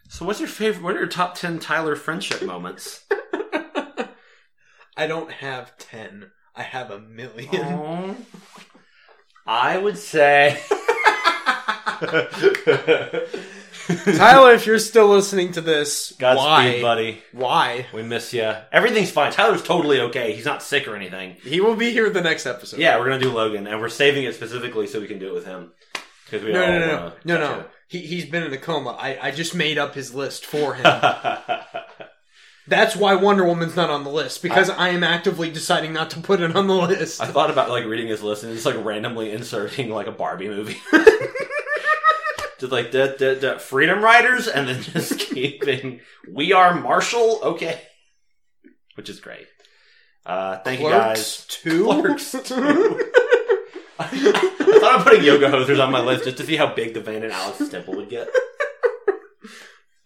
So what's your favorite what are your top 10 Tyler friendship moments? I don't have ten. I have a million. Aw. I would say Oh. Tyler, if you're still listening to this, why? Godspeed, buddy. Why? We miss you. Everything's fine. Tyler's totally okay. He's not sick or anything. He will be here the next episode. Yeah, we're going to do Logan and we're saving it specifically so we can do it with him. Cuz we no, all no, no, no, wanna no, catch no. up. He he's been in a coma. I I just made up his list for him. That's why Wonder Woman's not on the list because I, am actively deciding not to put it on the list. I thought about like reading his list and just like randomly inserting like a Barbie movie. just like that, that, that Freedom Riders and then just keeping We Are Marshall, okay. Which is great. Uh thank you guys. Clerks two. Clerks two. I thought I'm putting yoga hosers on my list just to see how big the vein in Alex's temple would get.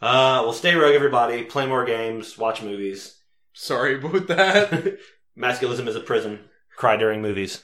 Uh well stay rogue everybody, play more games, watch movies. Sorry about that. Masculism is a prison. Cry during movies.